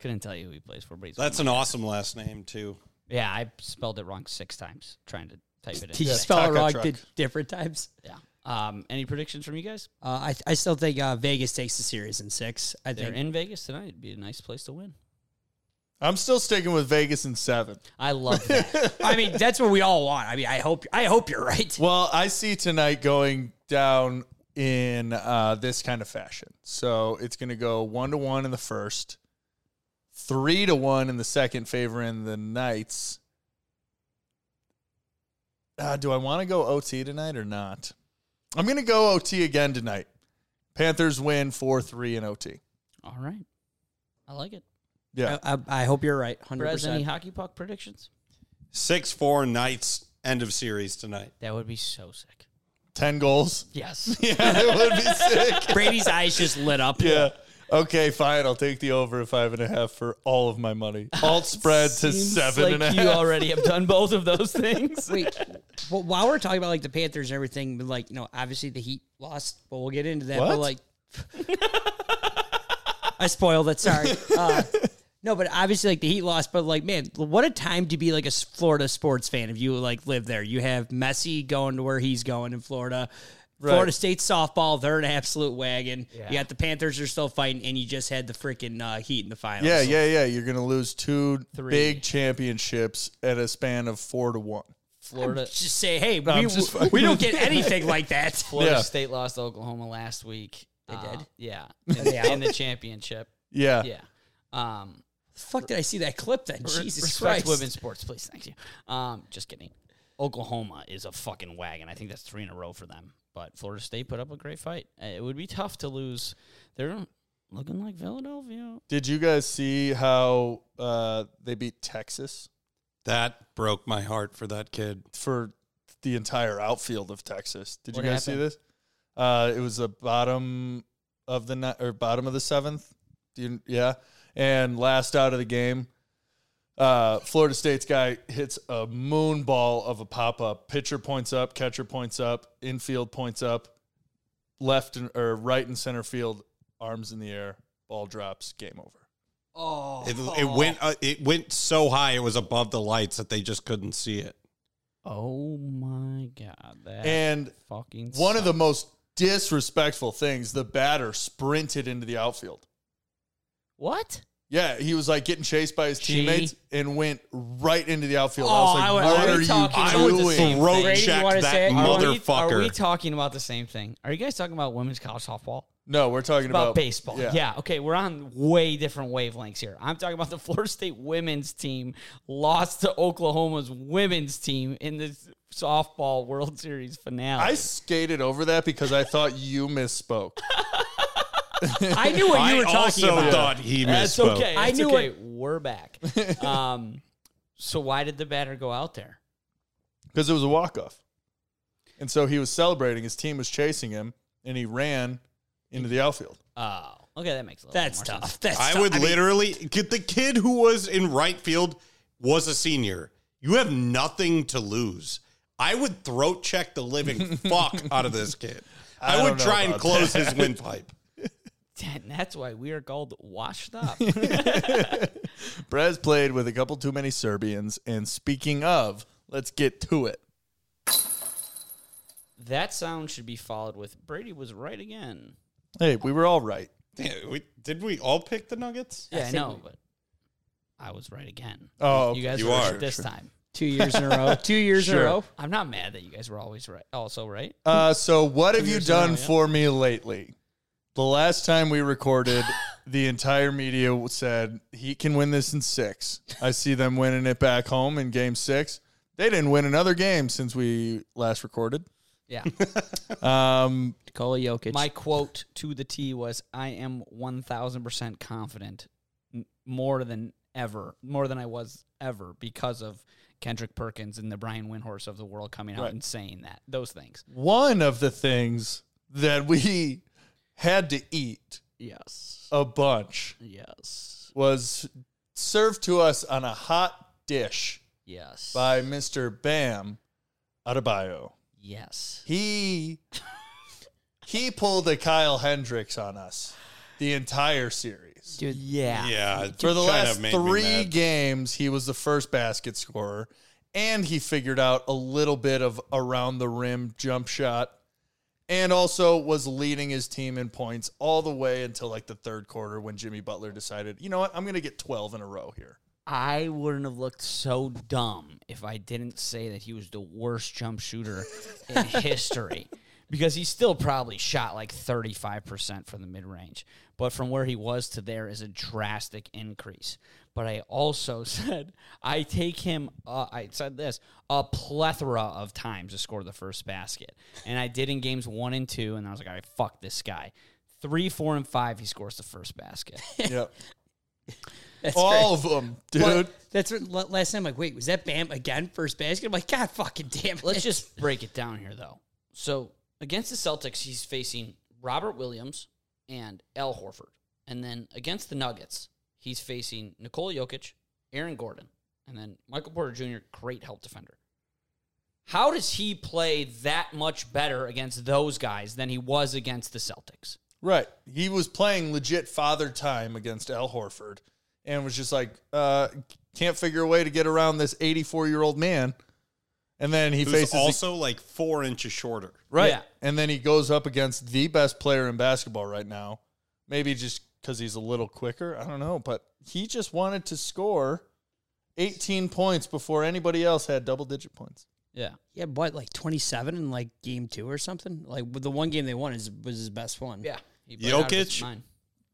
C: couldn't tell you who he plays for. Brady's
E: That's an awesome last name too.
C: yeah. I spelled it wrong six times trying to type it
D: Did
C: in.
D: you spell
E: Taka
D: it wrong
E: truck.
D: di- different times?
C: yeah. Um, any predictions from you guys?
D: Uh, I, I still think uh, Vegas takes the series in six. I
C: They're
D: think
C: in Vegas tonight. It'd be a nice place to win.
A: I'm still sticking with Vegas in seven.
C: I love that.
D: I mean, that's what we all want. I mean, I hope I hope you're right.
A: Well, I see tonight going down in uh, this kind of fashion. So it's going to go one to one in the first, three to one in the second, favor in the Knights. Uh, do I want to go OT tonight or not? I'm going to go OT again tonight. Panthers win 4 3 in OT.
C: all right, I like it.
A: Yeah.
D: Uh, I, I, I hope you're right. Hundred
C: Brez, any
D: percent.
C: hockey puck predictions?
E: Six four Knights end of series tonight.
C: That would be so sick.
A: 10 goals.
C: Yes.
A: Yeah, it would be sick.
D: Brady's eyes just lit up.
A: Yeah. Okay, fine. I'll take the over at five and a half for all of my money. Alt spread to
C: Seems
A: seven and a half.
C: like you already have done both of those things.
D: Wait, well, while we're talking about like the Panthers and everything, but, like you know, obviously the Heat lost, but we'll get into that.
A: What?
D: But like, I spoiled it. Sorry. Uh, no, but obviously like the Heat lost, but like man, what a time to be like a s- Florida sports fan if you like live there. You have Messi going to where he's going in Florida. Florida State softball, they're an absolute wagon.
C: Yeah.
D: You got the Panthers are still fighting, and you just had the freaking uh, Heat in the finals.
A: Yeah, yeah, yeah. You're gonna lose two
C: Three.
A: big championships at a span of four to one.
C: Florida
D: Just say, hey,
A: I'm
D: we,
A: just
D: we
A: fucking-
D: don't get anything like that.
C: Florida
A: Yeah.
C: State lost to Oklahoma last week. They
D: did?
C: Yeah. In,
D: they out?
C: in the championship.
A: Yeah.
C: Yeah. Um,
D: fuck did I see that clip then?
C: re-
D: Jesus
C: respect
D: Christ.
C: women's sports, please. Thank you. Um, just kidding. Oklahoma is a fucking wagon. I think that's three in a row for them. But Florida State put up a great fight. Uh, It would be tough to lose. They're looking like Philadelphia.
A: Did you guys see how uh, they beat Texas
E: That broke my heart for that kid.
A: for the entire outfield of Texas? Did
C: What
A: you guys see
C: happened?
A: this? Uh, it was the bottom of the ni- or bottom of the seventh. Do you, yeah, and last out of the game, uh, Florida State's guy hits a moon ball of a pop up. Pitcher points up, catcher points up, infield points up, left and, or right and center field, arms in the air, ball drops, game over.
D: Oh,
E: It, it went uh, it went so high it was above the lights that they just couldn't see it.
C: Oh my god. That
A: And
C: fucking
A: one of the most disrespectful things, the batter sprinted into the outfield.
C: What?
A: Yeah, he was like getting chased by his
C: Gee.
A: teammates and went right into the outfield.
D: Oh,
A: I
D: I
A: was
D: would-
A: like,
D: I
A: what are you doing?
D: would be talking about the
E: Doing
C: same
E: throat
C: thing. Brady,
D: you
E: check
D: wanna
E: that
D: say it?
C: Are we-
E: motherfucker.
C: are we talking about the same thing? Are you guys talking about women's college softball?
A: No, we're talking
C: about,
A: about,
C: baseball. Yeah. okay, we're on way different wavelengths here. I'm talking about the Florida State women's team lost to Oklahoma's women's team in the softball World Series finale.
A: I skated over that because I thought you misspoke.
D: I knew what you were
E: I
D: talking
E: also
D: about.
E: thought he
C: That's
E: misspoke.
C: okay.
D: I
C: That's
D: knew
C: okay. We're back. Um, so why did the batter go out there?
A: because it was a walk off. And so he was celebrating. His team was chasing him, and he ran into the outfield.
C: Oh, Okay, that makes a little
D: That's
C: more sense.
D: tough. That's
E: I
D: tough.
E: would
D: mean,
E: literally get the kid who was in right field was a senior. You have nothing to lose. I would throat check the living fuck out of this kid. I,
A: I
E: would
A: don't know
E: try and
A: about
E: close his windpipe.
C: And that's why we are called washed up.
A: Brez played with a couple too many Serbians. And speaking of, let's get to it.
C: that sound should be followed with Brady was right again.
A: Hey, we were all right.
E: Damn, we- did we all pick the Nuggets?
C: Yeah, I,
D: think
C: know,
D: we-
C: but I was right again.
A: Oh,
C: you guys
E: You
C: were right
E: are.
C: this
E: Sure.
C: time.
D: two years in a row. Two years in
A: Sure.
D: a row.
C: I'm not mad that you guys were always right. Also right.
A: Uh, so what have you
C: years in a row,
A: done
C: yeah.
A: for me lately? The last time we recorded, the entire media said he can win this in six. I see them winning it back home in game six. They didn't win another game since we last recorded.
C: Yeah.
A: Um,
D: Nikola Jokic.
C: My quote to the T was, "I am 1,000 percent confident, m- more than ever, more than I was ever, because of Kendrick Perkins and the Brian Windhorse of the world coming out
A: Right.
C: and saying that those things."
A: one of the things that we had to eat
C: Yes.
A: a bunch
C: Yes.
A: was served to us on a hot dish
C: Yes.
A: by Mr. Bam Adebayo.
C: Yes.
A: he he pulled a Kyle Hendricks on us the entire series.
D: Dude,
C: Yeah.
E: Yeah. it
A: For the
E: kinda
A: last
E: made me
A: three
E: mad.
A: games, he was the first basket scorer, and he figured out a little bit of around the rim jump shot, and also was leading his team in points all the way until like the third quarter when Jimmy Butler decided, you know what, I'm going to get 12 in a row here.
C: I wouldn't have looked so dumb if I didn't say that he was the worst jump shooter in history. Because he still probably shot like 35% from the mid range. But from where he was to there is a drastic increase. But I also said, I take him, uh, I said this, a plethora of times to score the first basket. And I did in games one and two. And I was like, all right, fuck this guy. Three, four, and five, he scores the first basket.
A: Yep.
D: that's
A: all of them, dude.
D: great. What- That's what la- last time. Like, wait, was that Bam again? First basket. I'm like, God, fucking damn.
C: Let's just break it down here, though. So against the Celtics, he's facing Robert Williams and Al Horford, and then against the Nuggets, he's facing Nikola Jokic, Aaron Gordon, and then Michael Porter Jr. Great help defender. How does he play that much better against those guys than he was against the Celtics?
A: Right. He was playing legit father time against Al Horford and was just like, uh, can't figure a way to get around this 84 year old man. And then he
E: Who's
A: faces the-
E: also like four inches shorter.
A: right.
C: Yeah.
A: And then he goes up against the best player in basketball right now. Maybe just because he's a little quicker. I don't know. But he just wanted to score 18 points before anybody else had double digit points.
C: Yeah,
D: yeah, what like 27 in like game two or something. Like with the one game they won is was his best one.
C: yeah. He played out of his
E: Jokic?
C: mind.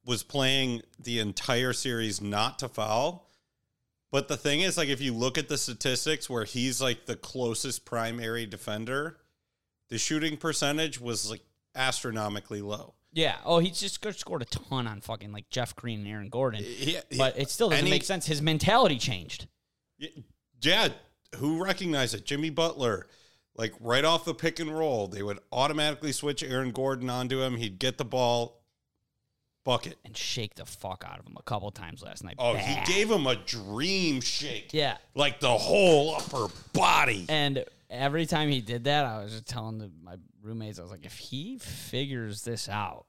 E: was playing the entire series not to foul. But the thing is, like, if you look at the statistics where he's like the closest primary defender, the shooting percentage was like astronomically low.
C: Yeah. Oh, he just scored a ton on fucking like Jeff Green and Aaron Gordon.
E: He- he-
C: But it still doesn't
E: any-
C: make sense. His mentality changed.
E: Yeah, who recognized it? Jimmy Butler. Like right off the pick and roll, they would automatically switch Aaron Gordon onto him. He'd get the ball, bucket.
C: and shake the fuck out of him a couple times last night.
E: Oh,
C: Bad.
E: he gave him a dream shake.
C: Yeah.
E: Like the whole upper body.
C: And every time he did that, I was just telling the, my roommates, I was like, if he figures this out,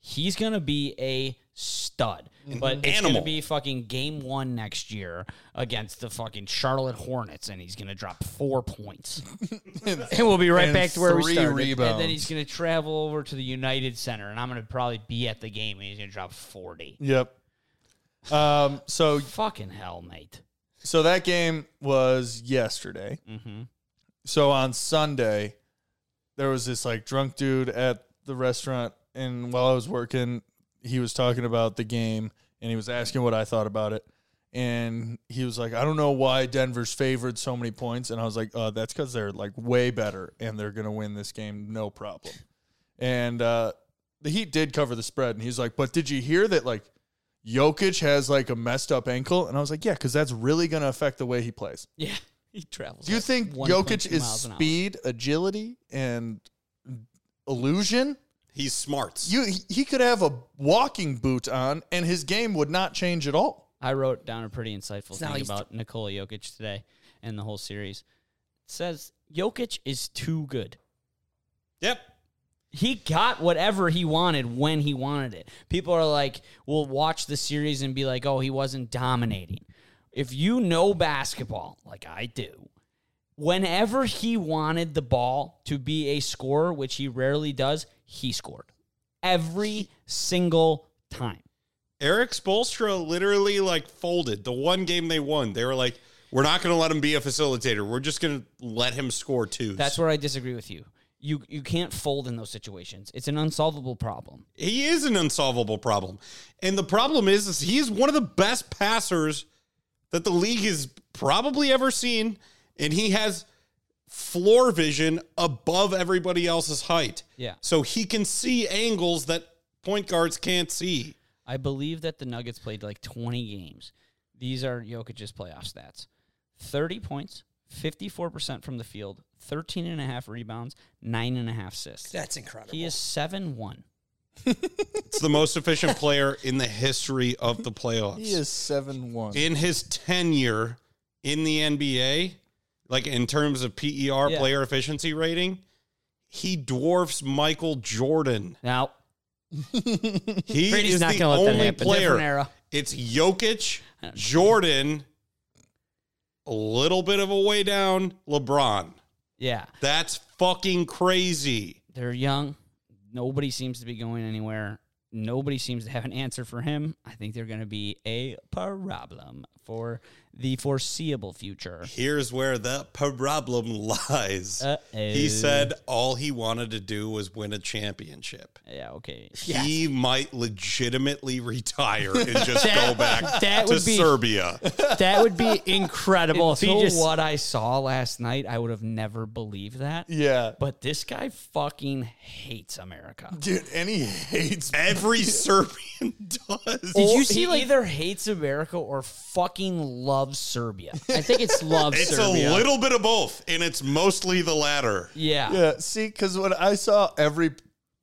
C: he's gonna be a stud.
D: Mm-hmm.
C: But it's
E: Animal.
C: gonna be fucking game one next year against the fucking Charlotte Hornets, and he's gonna drop four points.
D: and we'll be right
A: And
D: back to where we
A: three
D: started.
A: Rebounds.
C: And then he's gonna travel over to the United Center, and I'm gonna probably be at the game, and he's gonna drop forty.
A: Yep. Um, so
C: Fucking hell, mate.
A: So that game was yesterday.
C: Mhm.
A: So on Sunday, there was this like drunk dude at the restaurant, and while I was working, he was talking about the game and he was asking what I thought about it. And he was like, I don't know why Denver's favored so many points. And I was like, uh, that's because they're like way better and they're going to win this game, no problem. And uh, the Heat did cover the spread. And he's like, but did you hear that like Jokic has like a messed up ankle? And I was like, yeah, because that's really going to affect the way he plays.
C: Yeah, he travels.
A: Do you
C: at
A: think
C: 1.2
A: Jokic is
C: miles an hour.
A: speed, agility, and illusion?
E: He's smarts.
A: You he could have a walking boot on and his game would not change at all.
C: I wrote down a pretty insightful
D: not
C: thing
D: like he's
C: about Nikola Jokic today and the whole series. It says Jokic is too good.
E: yep.
C: He got whatever he wanted when he wanted it. People are like, will watch the series and be like, oh, he wasn't dominating. If you know basketball, like I do, whenever he wanted the ball to be a scorer, which he rarely does, he scored every single time.
E: Eric Spolstra literally like folded the one game they won. They were like, we're not going to let him be a facilitator. We're just going to let him score twos.
C: That's where I disagree with you. You you can't fold in those situations. It's an unsolvable problem.
E: he is an unsolvable problem. And the problem is, is he is one of the best passers that the league has probably ever seen. And he has floor vision above everybody else's height.
C: Yeah.
E: So he can see angles that point guards can't see.
C: I believe that the Nuggets played like 20 games. These are Jokic's playoff stats. 30 points, 54% from the field, 13 and a half rebounds, 9 and a half assists.
D: That's incredible.
C: He is 7-1.
E: It's the most efficient player in the history of the playoffs.
A: He is seven one.
E: in his tenure in the NBA, like in terms of PER
C: Yeah.
E: player efficiency rating, he dwarfs Michael Jordan.
C: Now,
E: He
C: Brady's
E: is
C: not
E: the
C: gonna let that
E: only
C: happen. Different
E: player.
C: era.
E: It's Jokic, Jordan, a little bit of a way down, LeBron.
C: yeah,
E: That's fucking crazy.
C: they're young. Nobody seems to be going anywhere. Nobody seems to have an answer for him. I think they're going to be a problem for the foreseeable future.
E: Here's where the problem lies. He
C: Uh-oh.
E: said all he wanted to do was win a championship.
C: Yeah, okay.
E: he might legitimately retire and just go back
D: that
E: to
D: would be-
E: Serbia.
D: that would be incredible. if he
C: Until
D: just-
C: what I saw last night, I would have never believed that.
A: yeah.
C: But this guy fucking hates America.
A: Dude, and he hates
E: Every Serbian does.
C: Did
D: Or
C: you see
D: he
C: like either hates America or fucking loves Serbia?
D: I think it's love.
E: it's
D: Serbia.
E: a little bit of both, and it's mostly the latter.
C: Yeah.
A: Yeah, see, because when I saw every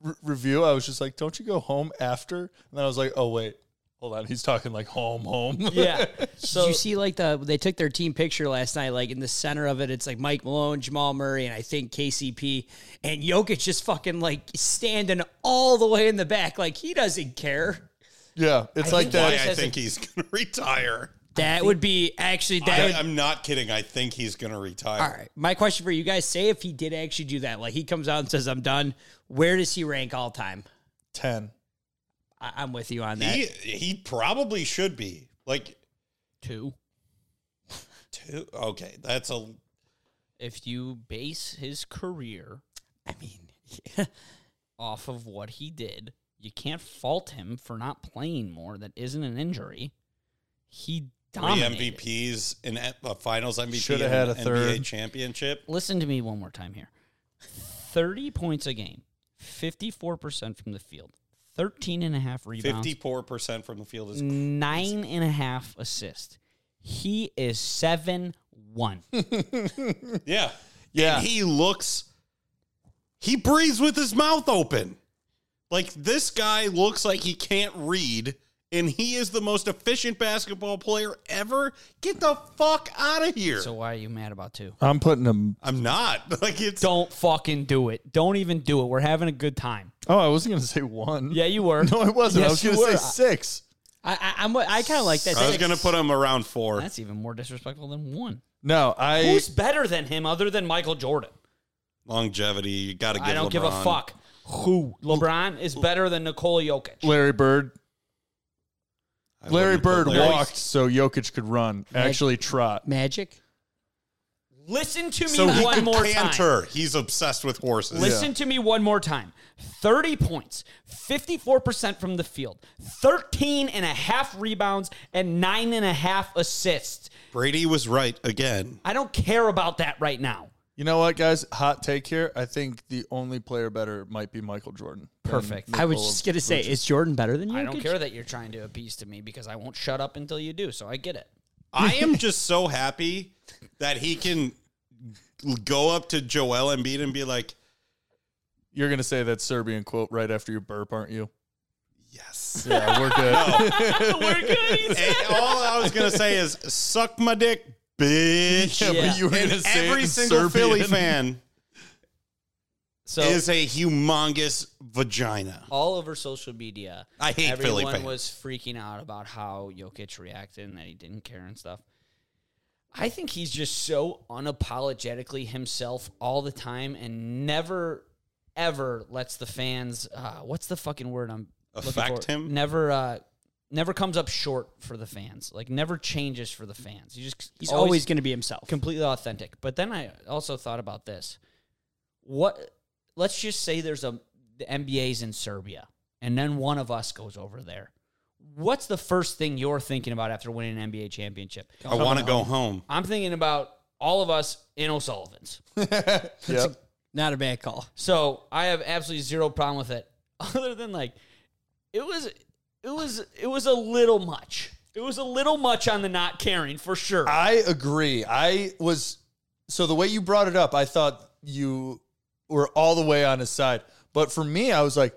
A: re- review, I was just like, "Don't you go home after?" And then I was like, "Oh wait, hold on, he's talking like home, home."
C: Yeah. So
D: Did you see like the they took their team picture last night? Like in the center of it, it's like Mike Malone, Jamal Murray, and I think KCP and Jokic just fucking like standing all the way in the back, like he doesn't care.
A: yeah, it's like
E: Why
A: that.
E: I think he's going to retire.
D: That would be actually that.
E: I,
D: would,
E: I'm not kidding. I think he's going to retire.
D: all right, my question for you guys: Say if he did actually do that, like he comes out and says, "I'm done." Where does he rank all time?
A: Ten.
D: I, I'm with you on that.
E: He he probably should be like
C: two.
E: two. Okay, that's a
C: If you base his career
D: I mean,
C: off of what he did, you can't fault him for not playing more. That isn't an injury. He
E: three
C: dominated.
E: MVPs and a uh, finals MVP.
A: Shoulda
E: and
A: had a
E: NBA
A: third.
E: championship.
C: listen to me one more time here 30 points a game 54% from the field 13 and a half rebounds
E: Fifty-four percent from the field is
C: nine and a half assists he is 7-1
E: yeah.
A: Yeah,
E: and he looks he breathes with his mouth open like this guy looks like he can't read and he is the most efficient basketball player ever get the fuck out of here
C: so why are you mad about two
A: I'm putting him.
E: i'm not like it's
C: don't fucking do it don't even do it we're having a good time
A: Oh, I wasn't gonna say one.
C: yeah you were
A: no, I wasn't.
C: Yes,
A: I
C: you
A: was gonna
C: were.
A: say six.
D: I, I, I'm I kind of like that.
E: i was gonna put him around four
C: that's even more disrespectful than one
A: No, I.
C: who's better than him other than michael jordan
E: longevity you gotta give
C: i don't give
E: LeBron.
C: a fuck who lebron is better than nikola jokic
A: Larry Bird.
E: I
A: Larry
E: wouldn't put
A: Bird
E: Larry-
A: walked so Jokic could run. Actually, trot.
D: magic.
C: listen to me
E: so he
C: one
E: can
C: more time
E: canter he's obsessed with horses
C: Listen to me one more time. 30 points, 54% from the field, 13 and a half rebounds, and nine and a half assists.
E: brady was right again
C: I don't care about that right now.
A: You know what, guys? Hot take here. I think the only player better might be Michael Jordan. than
C: Perfect.
D: I was
A: Nikola
D: just gonna say, is Jordan better than you?
C: I don't care that you're trying to appease to me because I won't shut up until you do. So I get it.
E: I am just so happy that he can go up to Joel Embiid and be like,
A: You're gonna say that Serbian quote right after your burp, aren't you?
E: Yes.
A: Yeah, we're good.
C: We're good.
E: And all I was gonna say is suck my dick, bitch.
A: Yeah,
C: Yeah.
A: but you were
E: And
A: gonna say it
E: every
A: in
E: single Philly
A: Serbian.
E: fan
C: So
E: is a humongous vagina.
C: all over social media,
E: I hate Philly
C: everyone
E: fans.
C: was freaking out about how Jokic reacted and that he didn't care and stuff. I think he's just so unapologetically himself all the time and never ever lets the fans uh, what's the fucking word I'm looking
E: Affect
C: for?
E: him?
C: Never uh never comes up short for the fans. Like never changes for the fans. He just
D: He's always, going to be himself.
C: completely authentic. But then I also thought about this. What let's just say there's a the NBA's in Serbia and then one of us goes over there. What's the first thing you're thinking about after winning an NBA championship?
E: I want to go home.
C: I'm thinking about all of us in O'Sullivan's.
A: Yep.
D: Not a bad call.
C: So I have absolutely zero problem with it. Other than like it was it was it was a little much. It was a little much on the not caring for sure.
A: I agree. I was so the way you brought it up, I thought you were all the way on his side. But for me, I was like,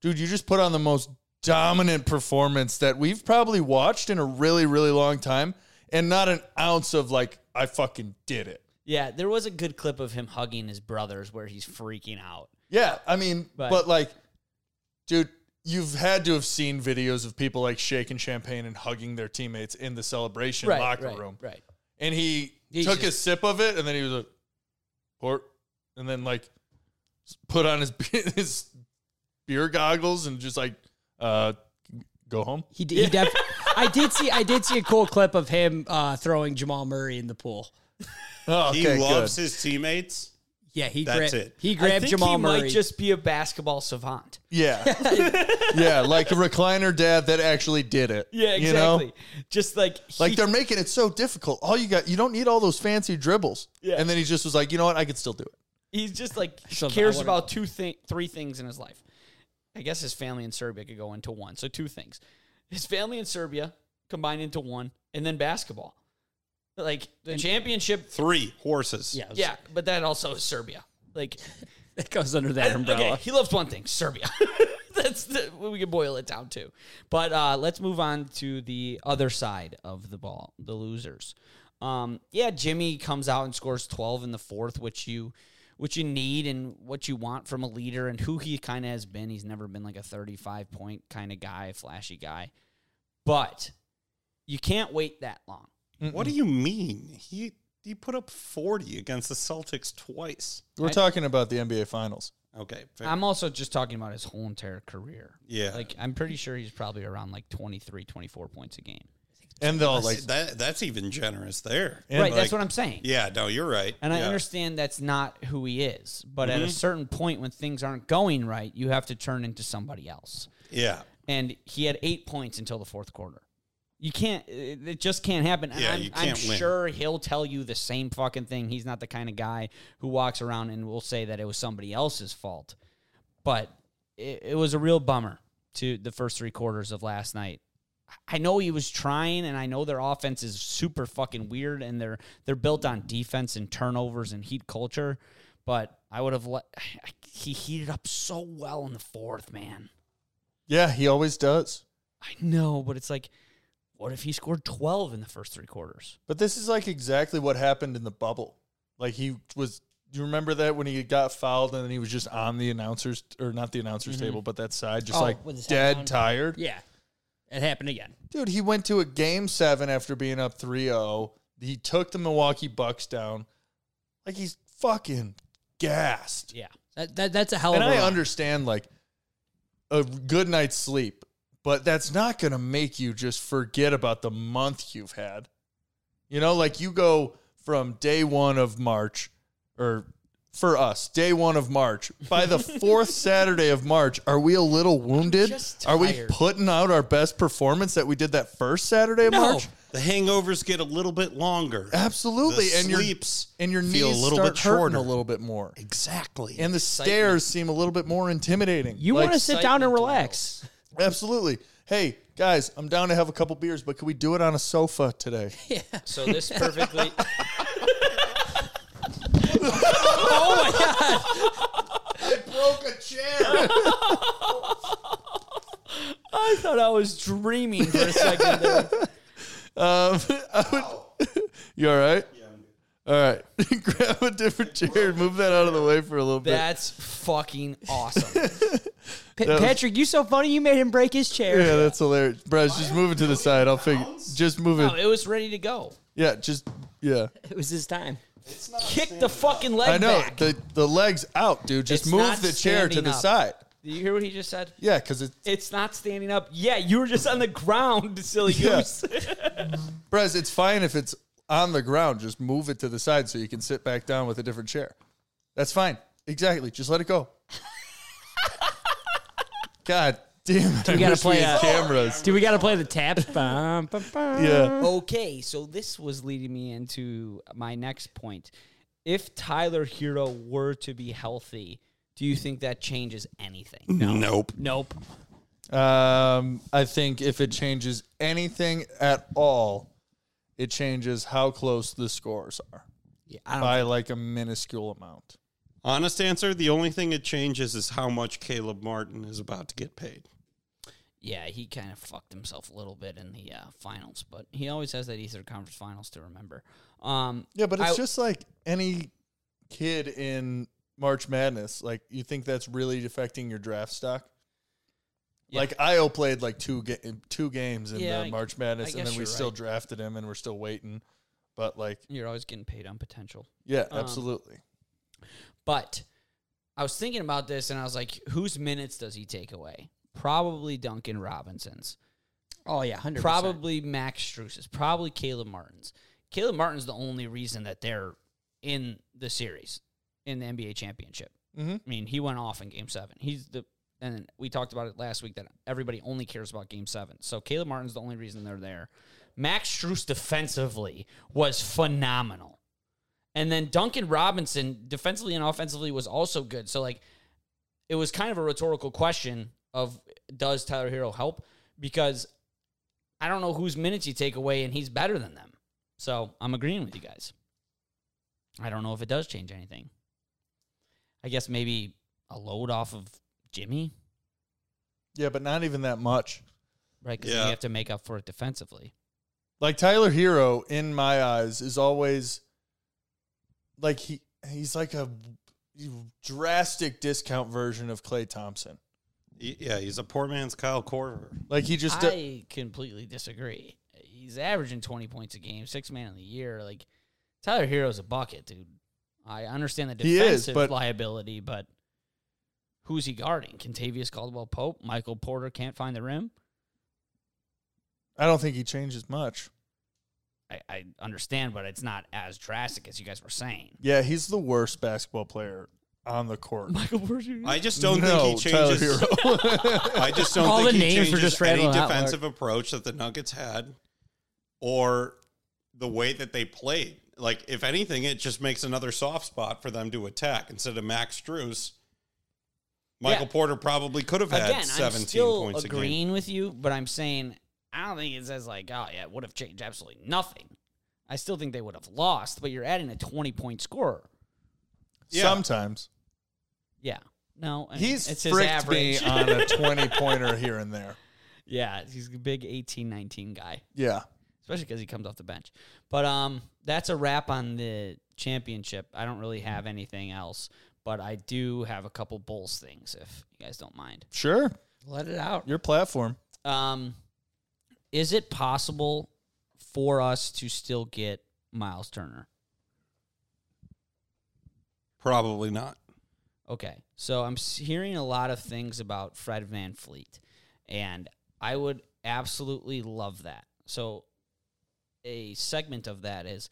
A: dude, you just put on the most dominant performance that we've probably watched in a really, really long time, and not an ounce of like, I fucking did it.
C: yeah, there was a good clip of him hugging his brothers where he's freaking out.
A: Yeah, I mean,
C: But-
A: but like, dude, you've had to have seen videos of people like shaking champagne and hugging their teammates in the celebration locker room.
C: Right.
A: and he
D: He's
A: took
D: just-
A: a sip of it, and then he was like, "Port," and then like s- put on his be- his beer goggles and just like uh, go home.
D: He, d- he def- I did see I did see a cool clip of him uh, throwing Jamal Murray in the pool.
A: Oh,
E: He loves his teammates.
D: Yeah, he
E: That's
D: grabbed
E: it.
D: he grabbed
C: I think he
D: Jamal Murray.
C: might just be a basketball savant.
A: Yeah, yeah, like a recliner dad that actually did it. You know?
C: Just like he,
A: Like they're making it so difficult. All you got, you don't need all those fancy dribbles.
C: Yeah.
A: And then he just was like, you know what, I could still do it.
C: he's just like he
D: So I
C: cares
D: wanna-
C: about two thing, three things in his life. I guess his family in Serbia could go into one. So two things: his family in Serbia combined into one, and then basketball. Like the championship.
E: Three horses.
D: yeah, it was-
C: Yeah, but that also is Serbia. Like
D: that goes under that umbrella.
C: Okay, he loves one thing, Serbia. That's the, we can boil it down to. But uh, let's move on to the other side of the ball, the losers. Um, yeah, Jimmy comes out and scores 12 in the fourth, which you which you need and what you want from a leader and who he kind of has been. He's never been like a 35 point kind of guy, flashy guy. But you can't wait that long.
E: What do you mean? He he put up forty against the Celtics twice.
A: We're talking about the NBA Finals.
E: Okay. fair.
C: I'm also just talking about his whole entire career.
E: yeah.
C: Like I'm pretty sure he's probably around like 23, 24 points a game.
A: And they'll like,
E: like that that's even generous there.
A: and
C: right,
A: like-
C: that's what I'm saying.
E: Yeah, no, you're right.
C: And I
E: Yeah.
C: understand that's not who he is, but at a certain point when things aren't going right, you have to turn into somebody else.
E: Yeah.
C: And he had eight points until the fourth quarter. You can't. It it just can't happen. And
E: Yeah,
C: I'm,
E: you
C: I'm
E: can't win.
C: sure he'll tell you the same fucking thing. He's not the kind of guy who walks around and will say that it was somebody else's fault. But it, it was a real bummer to the first three quarters of last night. I know he was trying, and I know their offense is super fucking weird, and they're they're built on defense and turnovers and heat culture. But I would have let he heated up so well in the fourth, man.
A: yeah, he always does.
C: I know, but it's like, what if he scored twelve in the first three quarters?
A: But this is like exactly what happened in the bubble. Like he was. Do you remember that when he got fouled and then he was just on the announcers or not the announcers table, but that side, just
D: Oh,
A: like
D: with his
A: dead
D: head down.
A: tired.
D: yeah, it happened again.
A: Dude, he went to a game seven after being up 3-0. He took the Milwaukee Bucks down. Like he's fucking gassed.
C: Yeah,
D: That, that that's a hell of
E: Oh,
A: And
D: a
A: I
D: run.
A: understand like a good night's sleep, but that's not going to make you just forget about the month you've had. You know, like you go from day one of March, or for us, day one of March. By the fourth Saturday of March, are we a little wounded?
C: just
A: Are we
C: tired.
A: putting out our best performance that we did that first Saturday of
D: No.
A: March?
E: The hangovers get a little bit longer.
A: Absolutely,
E: The
A: and your
E: sleeps
A: and your knees
E: feel a little
A: start
E: bit
A: hurting
E: shorter.
A: a little bit more,
E: Exactly.
A: and the stairs seem a little bit more intimidating.
D: You
A: Like,
D: want to sit down and relax.
A: Absolutely. Hey, guys, I'm down to have a couple beers, but can we do it on a sofa today?
C: So this perfectly.
D: Oh my god!
E: broke a chair.
D: I thought I was dreaming for a second. there.
A: Um, I would, you all right? All right. Grab a different chair and move that out of the way for a little bit.
D: That's fucking awesome.
C: Pa- Patrick, you so funny. You made him break his chair.
A: Yeah, that's hilarious. Bryce, just move it to the side. I'll figure. Just move
D: No,
A: it.
D: Oh, it was ready to go.
A: Yeah, just yeah.
C: It was his time.
D: Kick the fucking leg
A: I know
D: back.
A: the the legs out, dude. Just
D: It's
A: move
D: not
A: the chair to
D: standing
A: the
D: up.
A: side.
D: Did you hear what he just said?
A: Yeah, because it's
D: It's not standing up. Yeah, you were just on the ground, silly
A: Yeah.
D: goose.
A: Bryce. It's fine if it's on the ground. Just move it to the side so you can sit back down with a different chair. That's fine. Exactly. Just let it go. God damn it! I
C: We gotta
A: wish
C: play
A: had
C: that. Oh,
A: cameras.
C: Dude, we got to play the taps. Bum, bum, bum.
A: Yeah.
D: okay, so this was leading me into my next point. If Tyler Hero were to be healthy, do you think that changes anything?
E: Nope.
C: Nope.
A: Um, I think if it changes anything at all, it changes how close the scores are
C: Yeah, I don't,
A: by like a minuscule amount.
E: Honest answer: the only thing it changes is how much Caleb Martin is about to get paid.
D: Yeah, he kind of fucked himself a little bit in the uh, finals, but he always has that Eastern Conference Finals to remember. Um,
A: Yeah, but it's
D: I-
A: just like any kid in March Madness. Like, you think that's really affecting your draft stock?
D: Yeah.
A: Like Io played like two ga- two games in
D: Yeah,
A: the
D: I-
A: March Madness, and
D: I guess
A: then we
D: you're
A: still
D: right.
A: drafted him, and we're still waiting. But like,
D: you're always getting paid on potential.
A: yeah,
D: Um,
A: absolutely.
D: But I was thinking about this and I was like, whose minutes does he take away? Probably Duncan Robinson's.
C: oh, yeah, 100%.
D: Probably Max Struess's. Probably Caleb Martin's. Caleb Martin's the only reason that they're in the series in the NBA championship.
C: Mm-hmm.
A: Mhm.
D: I mean, he went off in Game Seven. He's the and we talked about it last week that everybody only cares about Game Seven. So Caleb Martin's the only reason they're there. Max Struess defensively was phenomenal, and then Duncan Robinson defensively and offensively was also good. So like, it was kind of a rhetorical question of does Tyler Hero help because I don't know whose minutes you take away and he's better than them. So I'm agreeing with you guys. I don't know if it does change anything. I guess maybe a load off of Jimmy,
A: Yeah, but not even that much.
D: right? Because
E: Yeah.
D: you have to make up for it defensively.
A: Like Tyler Hero, in my eyes, is always like he he's like a drastic discount version of Clay Thompson.
E: Y- Yeah, he's a poor man's Kyle Korver.
A: Like he just
D: I completely disagree. He's averaging 20 points a game, six man of the year. Like Tyler Hero's a bucket, dude. I understand the
A: He is,
D: defensive
A: but-
D: liability, but who's he guarding? Contavious Caldwell Pope, Michael Porter can't find the rim.
A: I don't think he changes much.
D: I, I understand, but it's not as drastic as you guys were saying.
A: Yeah, he's the worst basketball player on the court.
D: Michael Porter.
E: I just don't
A: No,
E: think he changes.
A: Tyler Hero.
E: I just don't
C: All the
E: think he
C: names were
E: changes
C: just
E: any
C: rattling out, Mark.
E: defensive approach that the Nuggets had or the way that they played. Like, if anything, it just makes another soft spot for them to attack instead of Max Struess. Michael
D: Yeah.
E: Porter probably could have had
D: Again, I'm
E: 17
D: still
E: points a game.
D: agreeing with you, but I'm saying I don't think it says like, oh yeah, it would have changed absolutely nothing. I still think they would have lost, but you're adding a 20 point scorer.
E: Yeah.
A: Sometimes
D: Yeah. No, I mean,
A: he's
D: it's his
A: fricked me
D: average.
A: on a twenty pointer here and there.
D: yeah, he's a big 18, 19 guy.
A: Yeah,
D: especially because he comes off the bench. But um, that's a wrap on the championship. I don't really have anything else, but I do have a couple Bulls things if you guys don't mind.
A: sure.
C: Let it out.
A: Your platform.
D: Um, is it possible for us to still get Miles Turner?
E: Probably not.
D: Okay, so I'm s- hearing a lot of things about Fred Van Fleet, and I would absolutely love that. So, a segment of that is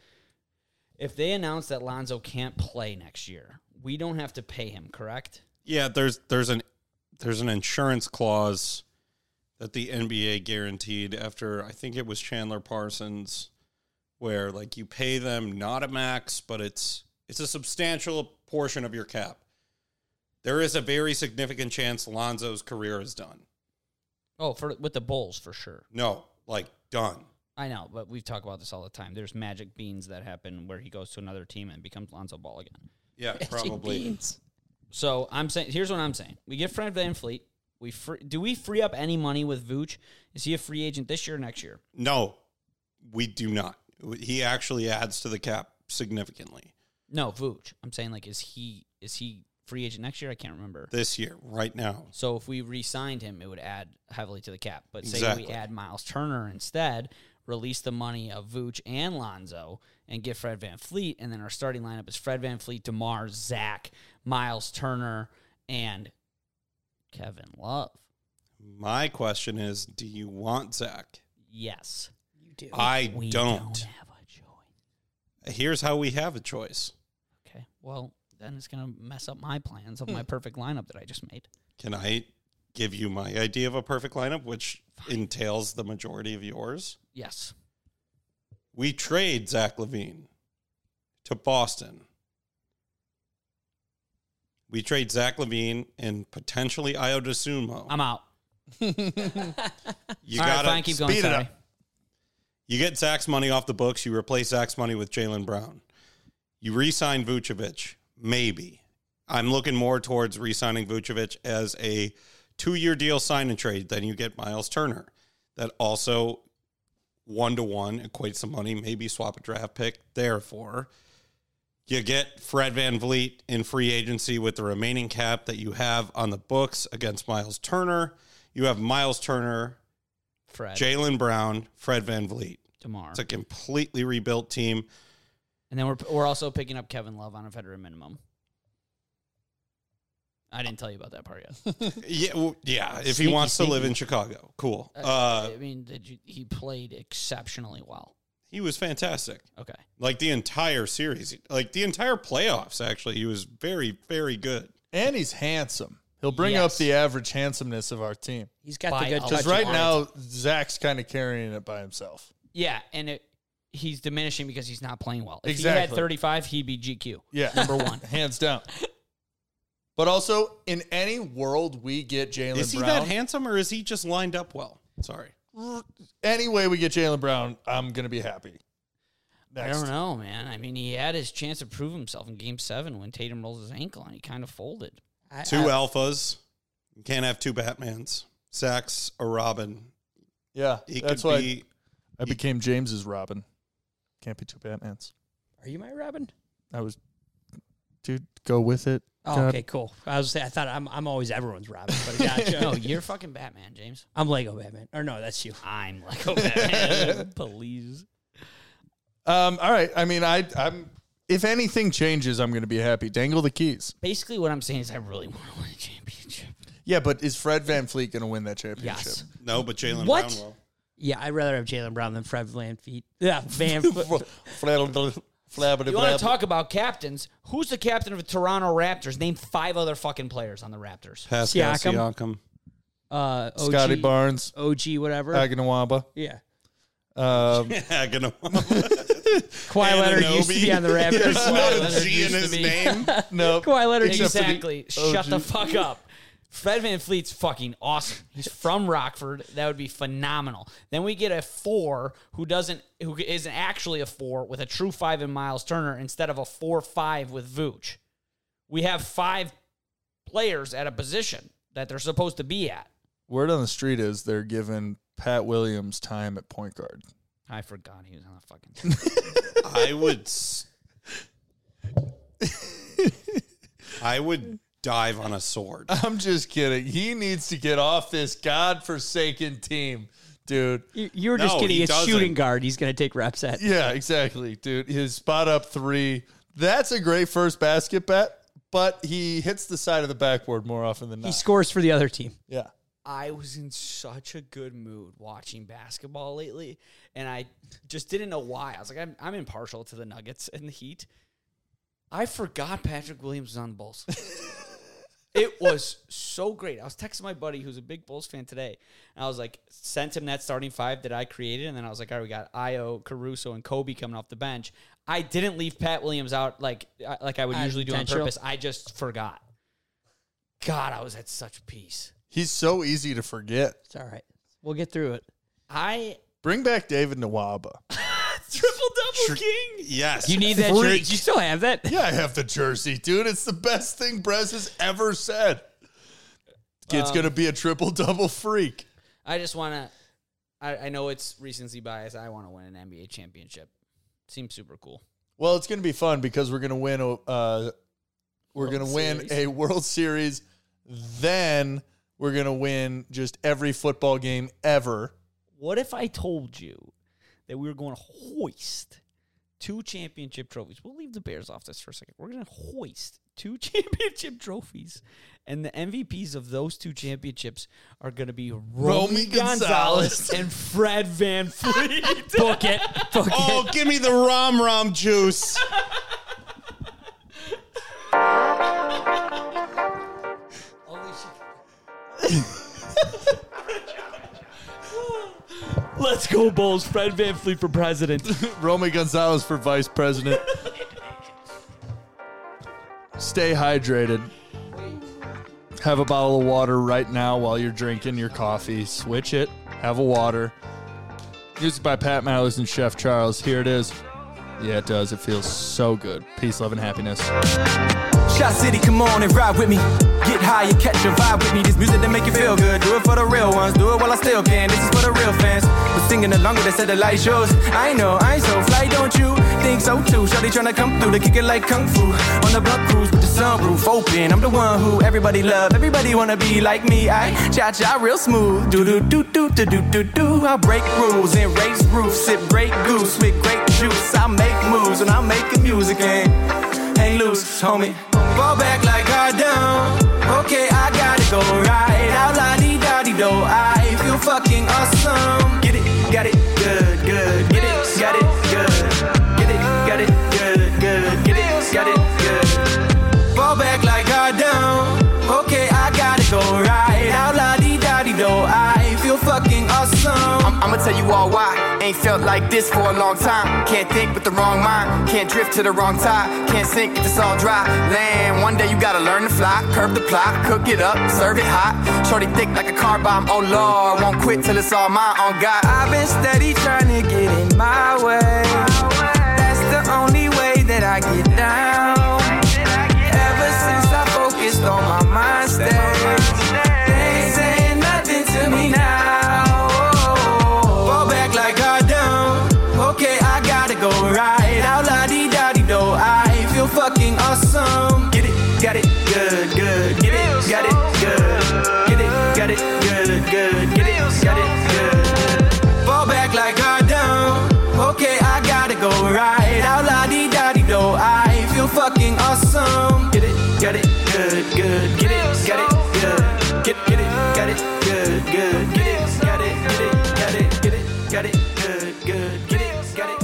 D: if they announce that Lonzo can't play next year, we don't have to pay him, correct?
E: Yeah, there's there's an there's an insurance clause that the NBA guaranteed after I think it was Chandler Parsons where like you pay them not a max but it's it's a substantial portion of your cap. There is a very significant chance Lonzo's career is done.
D: Oh, for with the Bulls for sure.
E: No, like done.
D: I know, but we talk about this all the time. There's magic beans that happen where he goes to another team and becomes Lonzo Ball again.
E: Yeah, probably.
C: So I'm saying, here's what I'm saying: we get Fred Van Fleet. We free, do we free up any money with Vooch? Is he a free agent this year or next year?
E: No, we do not. He actually adds to the cap significantly
C: No, Vooch. I'm saying like, is he is he free agent next year? I can't remember.
E: this year, right now.
C: So if we re-signed him, it would add heavily to the cap. But say
E: Exactly.
C: we add Miles Turner instead, release the money of Vooch and Lonzo, and get Fred Van Fleet, and then our starting lineup is Fred Van Fleet, DeMar, Zach, Miles Turner, and Kevin Love.
E: My question is, do you want Zach?
C: Yes.
D: You do.
E: I
C: We
E: don't.
C: have a choice.
E: Here's how we have a choice.
C: Okay. Well, then it's gonna mess up my plans of my
D: Hmm.
C: perfect lineup that I just made.
E: Can I give you my idea of a perfect lineup, which entails the majority of yours?
C: Yes.
E: We trade Zach Levine to Boston. We trade Zach Levine and potentially Io DeSumo.
C: I'm out.
E: you
C: All right,
E: gotta
C: fine, keep going.
E: speed
C: Sorry.
E: it up. You get Zach's money off the books. You replace Zach's money with Jalen Brown. You re-sign Vucevic, maybe. I'm looking more towards re-signing Vucevic as a two-year deal sign and trade. Then you get Miles Turner. That also one-to-one equates some money. Maybe swap a draft pick there for. You get Fred Van Vliet in free agency with the remaining cap that you have on the books against Miles Turner. You have Miles Turner,
C: Fred,
E: Jalen Brown, Fred Van Vliet.
C: Demar,
E: It's a completely rebuilt team.
C: and then we're we're also picking up Kevin Love on a veteran minimum. I didn't tell you about that part yet.
E: Yeah, well, yeah. If he
C: Sneaky,
E: wants to live
C: sneaky.
E: in Chicago, cool. Uh,
C: I mean, did you, he played exceptionally well.
E: he was fantastic.
C: Okay,
E: Like the entire series, like the entire playoffs. Actually, he was very, very good.
A: And he's handsome. He'll bring
C: Yes.
A: up the average handsomeness of our team.
D: He's got
C: By
D: the good
C: a
A: Because
D: touch.
C: lot.
A: right now, Zach's kind of carrying it by himself.
C: yeah, and it, he's diminishing because he's not playing well. If he had
A: Exactly.
C: thirty five, he'd be GQ.
A: Yeah.
C: number one.
A: Hands down. But also, in any world we get Jalen
E: Is he
A: Brown,
E: that handsome, or is he just lined up well? Sorry.
A: any way we get Jalen Brown, I'm going to be happy.
C: I
A: Next.
C: don't know, man. I mean, he had his chance to prove himself in Game Seven when Tatum rolled his ankle and he kind of folded.
D: I-
E: Two
D: I-
E: alphas. You can't have two Batmans. Sacks or Robin.
A: Yeah.
E: He
A: that's
E: could
A: why
E: be.
A: I, I became James's Robin. Can't be two Batmans.
D: Are you my Robin?
A: I was, dude, go with it.
D: Oh,
A: God.
D: okay, cool. I was. I thought I'm. I'm always everyone's Robin, but gotcha.
C: No, Oh, you're fucking Batman, James.
D: I'm Lego Batman. Or no, that's you.
C: I'm like
D: Oh,
C: a Batman. Please.
A: Um, all right. I mean, I, I'm. If anything changes, I'm going to be happy. Dangle the keys.
C: Basically, what I'm saying is I really want to win a championship.
A: Yeah, but is Fred Van Fleet going to win that championship?
C: Yes.
E: No, but Jalen
D: What?
E: Brown will.
D: Yeah, I'd rather have Jalen Brown than Fred Van Feet. Yeah, Van. Fl-
C: You want to talk about captains? Who's the captain of the Toronto Raptors? Name five other fucking players on the Raptors.
E: Pascal
D: Siakam?
E: Siakam.
D: uh, OG,
A: Scotty Uh, Barnes,
D: OG, whatever.
A: Aganawamba.
D: yeah,
A: Um,
E: Yeah, gonna.
D: Kawhi Leonard used to be on the Raptors.
E: There's
C: Kawhi
E: no
C: Leonard
E: G
C: used
E: in
C: to
E: his
C: be.
E: name.
A: no,
D: Kawhi Leonard
A: Except
D: used
A: for the
C: Exactly. Shut
A: OG.
C: the fuck up. Fred Van Fleet's fucking awesome. He's from Rockford. That would be phenomenal. Then we get a four who doesn't, who isn't actually a four with a true five in Miles Turner instead of a four five with Vooch. We have five players at a position that they're supposed to be at.
A: word on the street is they're giving Pat Williams time at point guard.
C: I forgot he was on the fucking. team.
E: I would. s- I would dive on a sword.
A: I'm just kidding. He needs to get off this godforsaken team, dude.
D: You, you were just
E: No,
D: kidding.
E: he
D: It's
E: doesn't.
D: shooting guard. He's going to take reps at.
A: Yeah, exactly, dude. His spot up three. That's a great first basket bet, but he hits the side of the backboard more often than not.
D: He scores for the other team.
A: yeah.
C: I was in such a good mood watching basketball lately, and I just didn't know why. I was like, I'm, I'm impartial to the Nuggets and the Heat. I forgot Patrick Williams was on the Bulls. it was so great. I was texting my buddy who's a big Bulls fan today, and I was like, sent him that starting five that I created, and then I was like, all right, we got Io, Caruso, and Kobe coming off the bench. I didn't leave Pat Williams out like I- like I would
D: Out of
C: usually do on
D: potential.
C: purpose. I just forgot. God, I was at such peace.
A: He's so easy to forget.
D: It's all right. We'll get through it.
C: I
A: Bring back David Nawaba.
C: triple
E: Jer- Yes.
D: You need that
A: Freak.
D: shirt. You still have that?
A: Yeah, I have the jersey, dude. It's the best thing Brez has ever said. It's gonna be a triple double freak.
C: I just want to. I, I know it's recency bias. I want to win an NBA championship. Seems super cool.
A: Well, it's gonna be fun because we're gonna win a uh, we're gonna win
C: Series.
A: a World Series. Then we're gonna win just every football game ever.
C: What if I told you that we were going to hoist two championship trophies? We'll leave the Bears off this for a second. We're going to hoist two championship trophies, and the MVPs of those two championships are going to be Romy, Gonzalez
A: Gonzalez.
C: and Fred Van Fleet.
D: Book it. Book it.
E: Oh, give me the rom rom juice.
C: Let's go, Bulls. Fred Van Fleet for president.
A: Romy Gonzalez for vice president. Stay hydrated. Have a bottle of water right now while you're drinking your coffee. Switch it. Have a water. Music by Pat Mallers and Chef Charles. Here it is. Yeah, it does. It feels so good. Peace, love, and happiness.
B: Shot City, come on and ride with me. Get high and catch a vibe with me. This music that make you feel good. Do it for the real ones. Do it while I still can. This is for the real fans. But singing along with the satellite shows. I know, I so fly, don't you? Think so too. Shawty tryna come through to kick it like kung fu. On the block cruise with the sunroof open. I'm the one who everybody love. Everybody wanna be like me. I cha cha real smooth. Do do do do do do do do. I break rules and race roofs. Sip great goose with grape juice. I make moves and I'm making music eh? and hang loose, homie. Fall back like I don't. Okay, I gotta go right out, la di da di do. I feel fucking awesome. Get it, got it, good, good. Get it, got it, good. Get it, got it, good, good. Get it, got it, good. Fall back like I don't. Okay, I gotta go right out, la di da di do. I feel fucking awesome.
F: I'm, I'ma tell you all why. Ain't felt like this for a long time. Can't think with the wrong mind. Can't drift to the wrong tide. Can't sink if it's all dry. Land, one day you gotta learn to fly. Curb the plot, cook it up, serve it hot. Shorty thick like a car bomb. Oh lord, won't quit till it's all mine. On God,
B: I've been steady trying to get in my way. That's the only way that I get down. Ever since I focused on my mind state, they ain't saying nothing to me now. Fall back like I don't. Okay, I gotta go right out, la di da di do. I feel fucking awesome. Get it, got it, good, good. Get it, got it, good. Get it, got it, good, good. Get it, got it, good. Fall back like I don't. Okay, I gotta go right out, la di da di do. I feel fucking awesome. Get it, got it, good, good. Get it, got it, good. Get, get it, got it, good, good. Get it, got it, get it, got it, get it, got it, good, good. Get it, got it.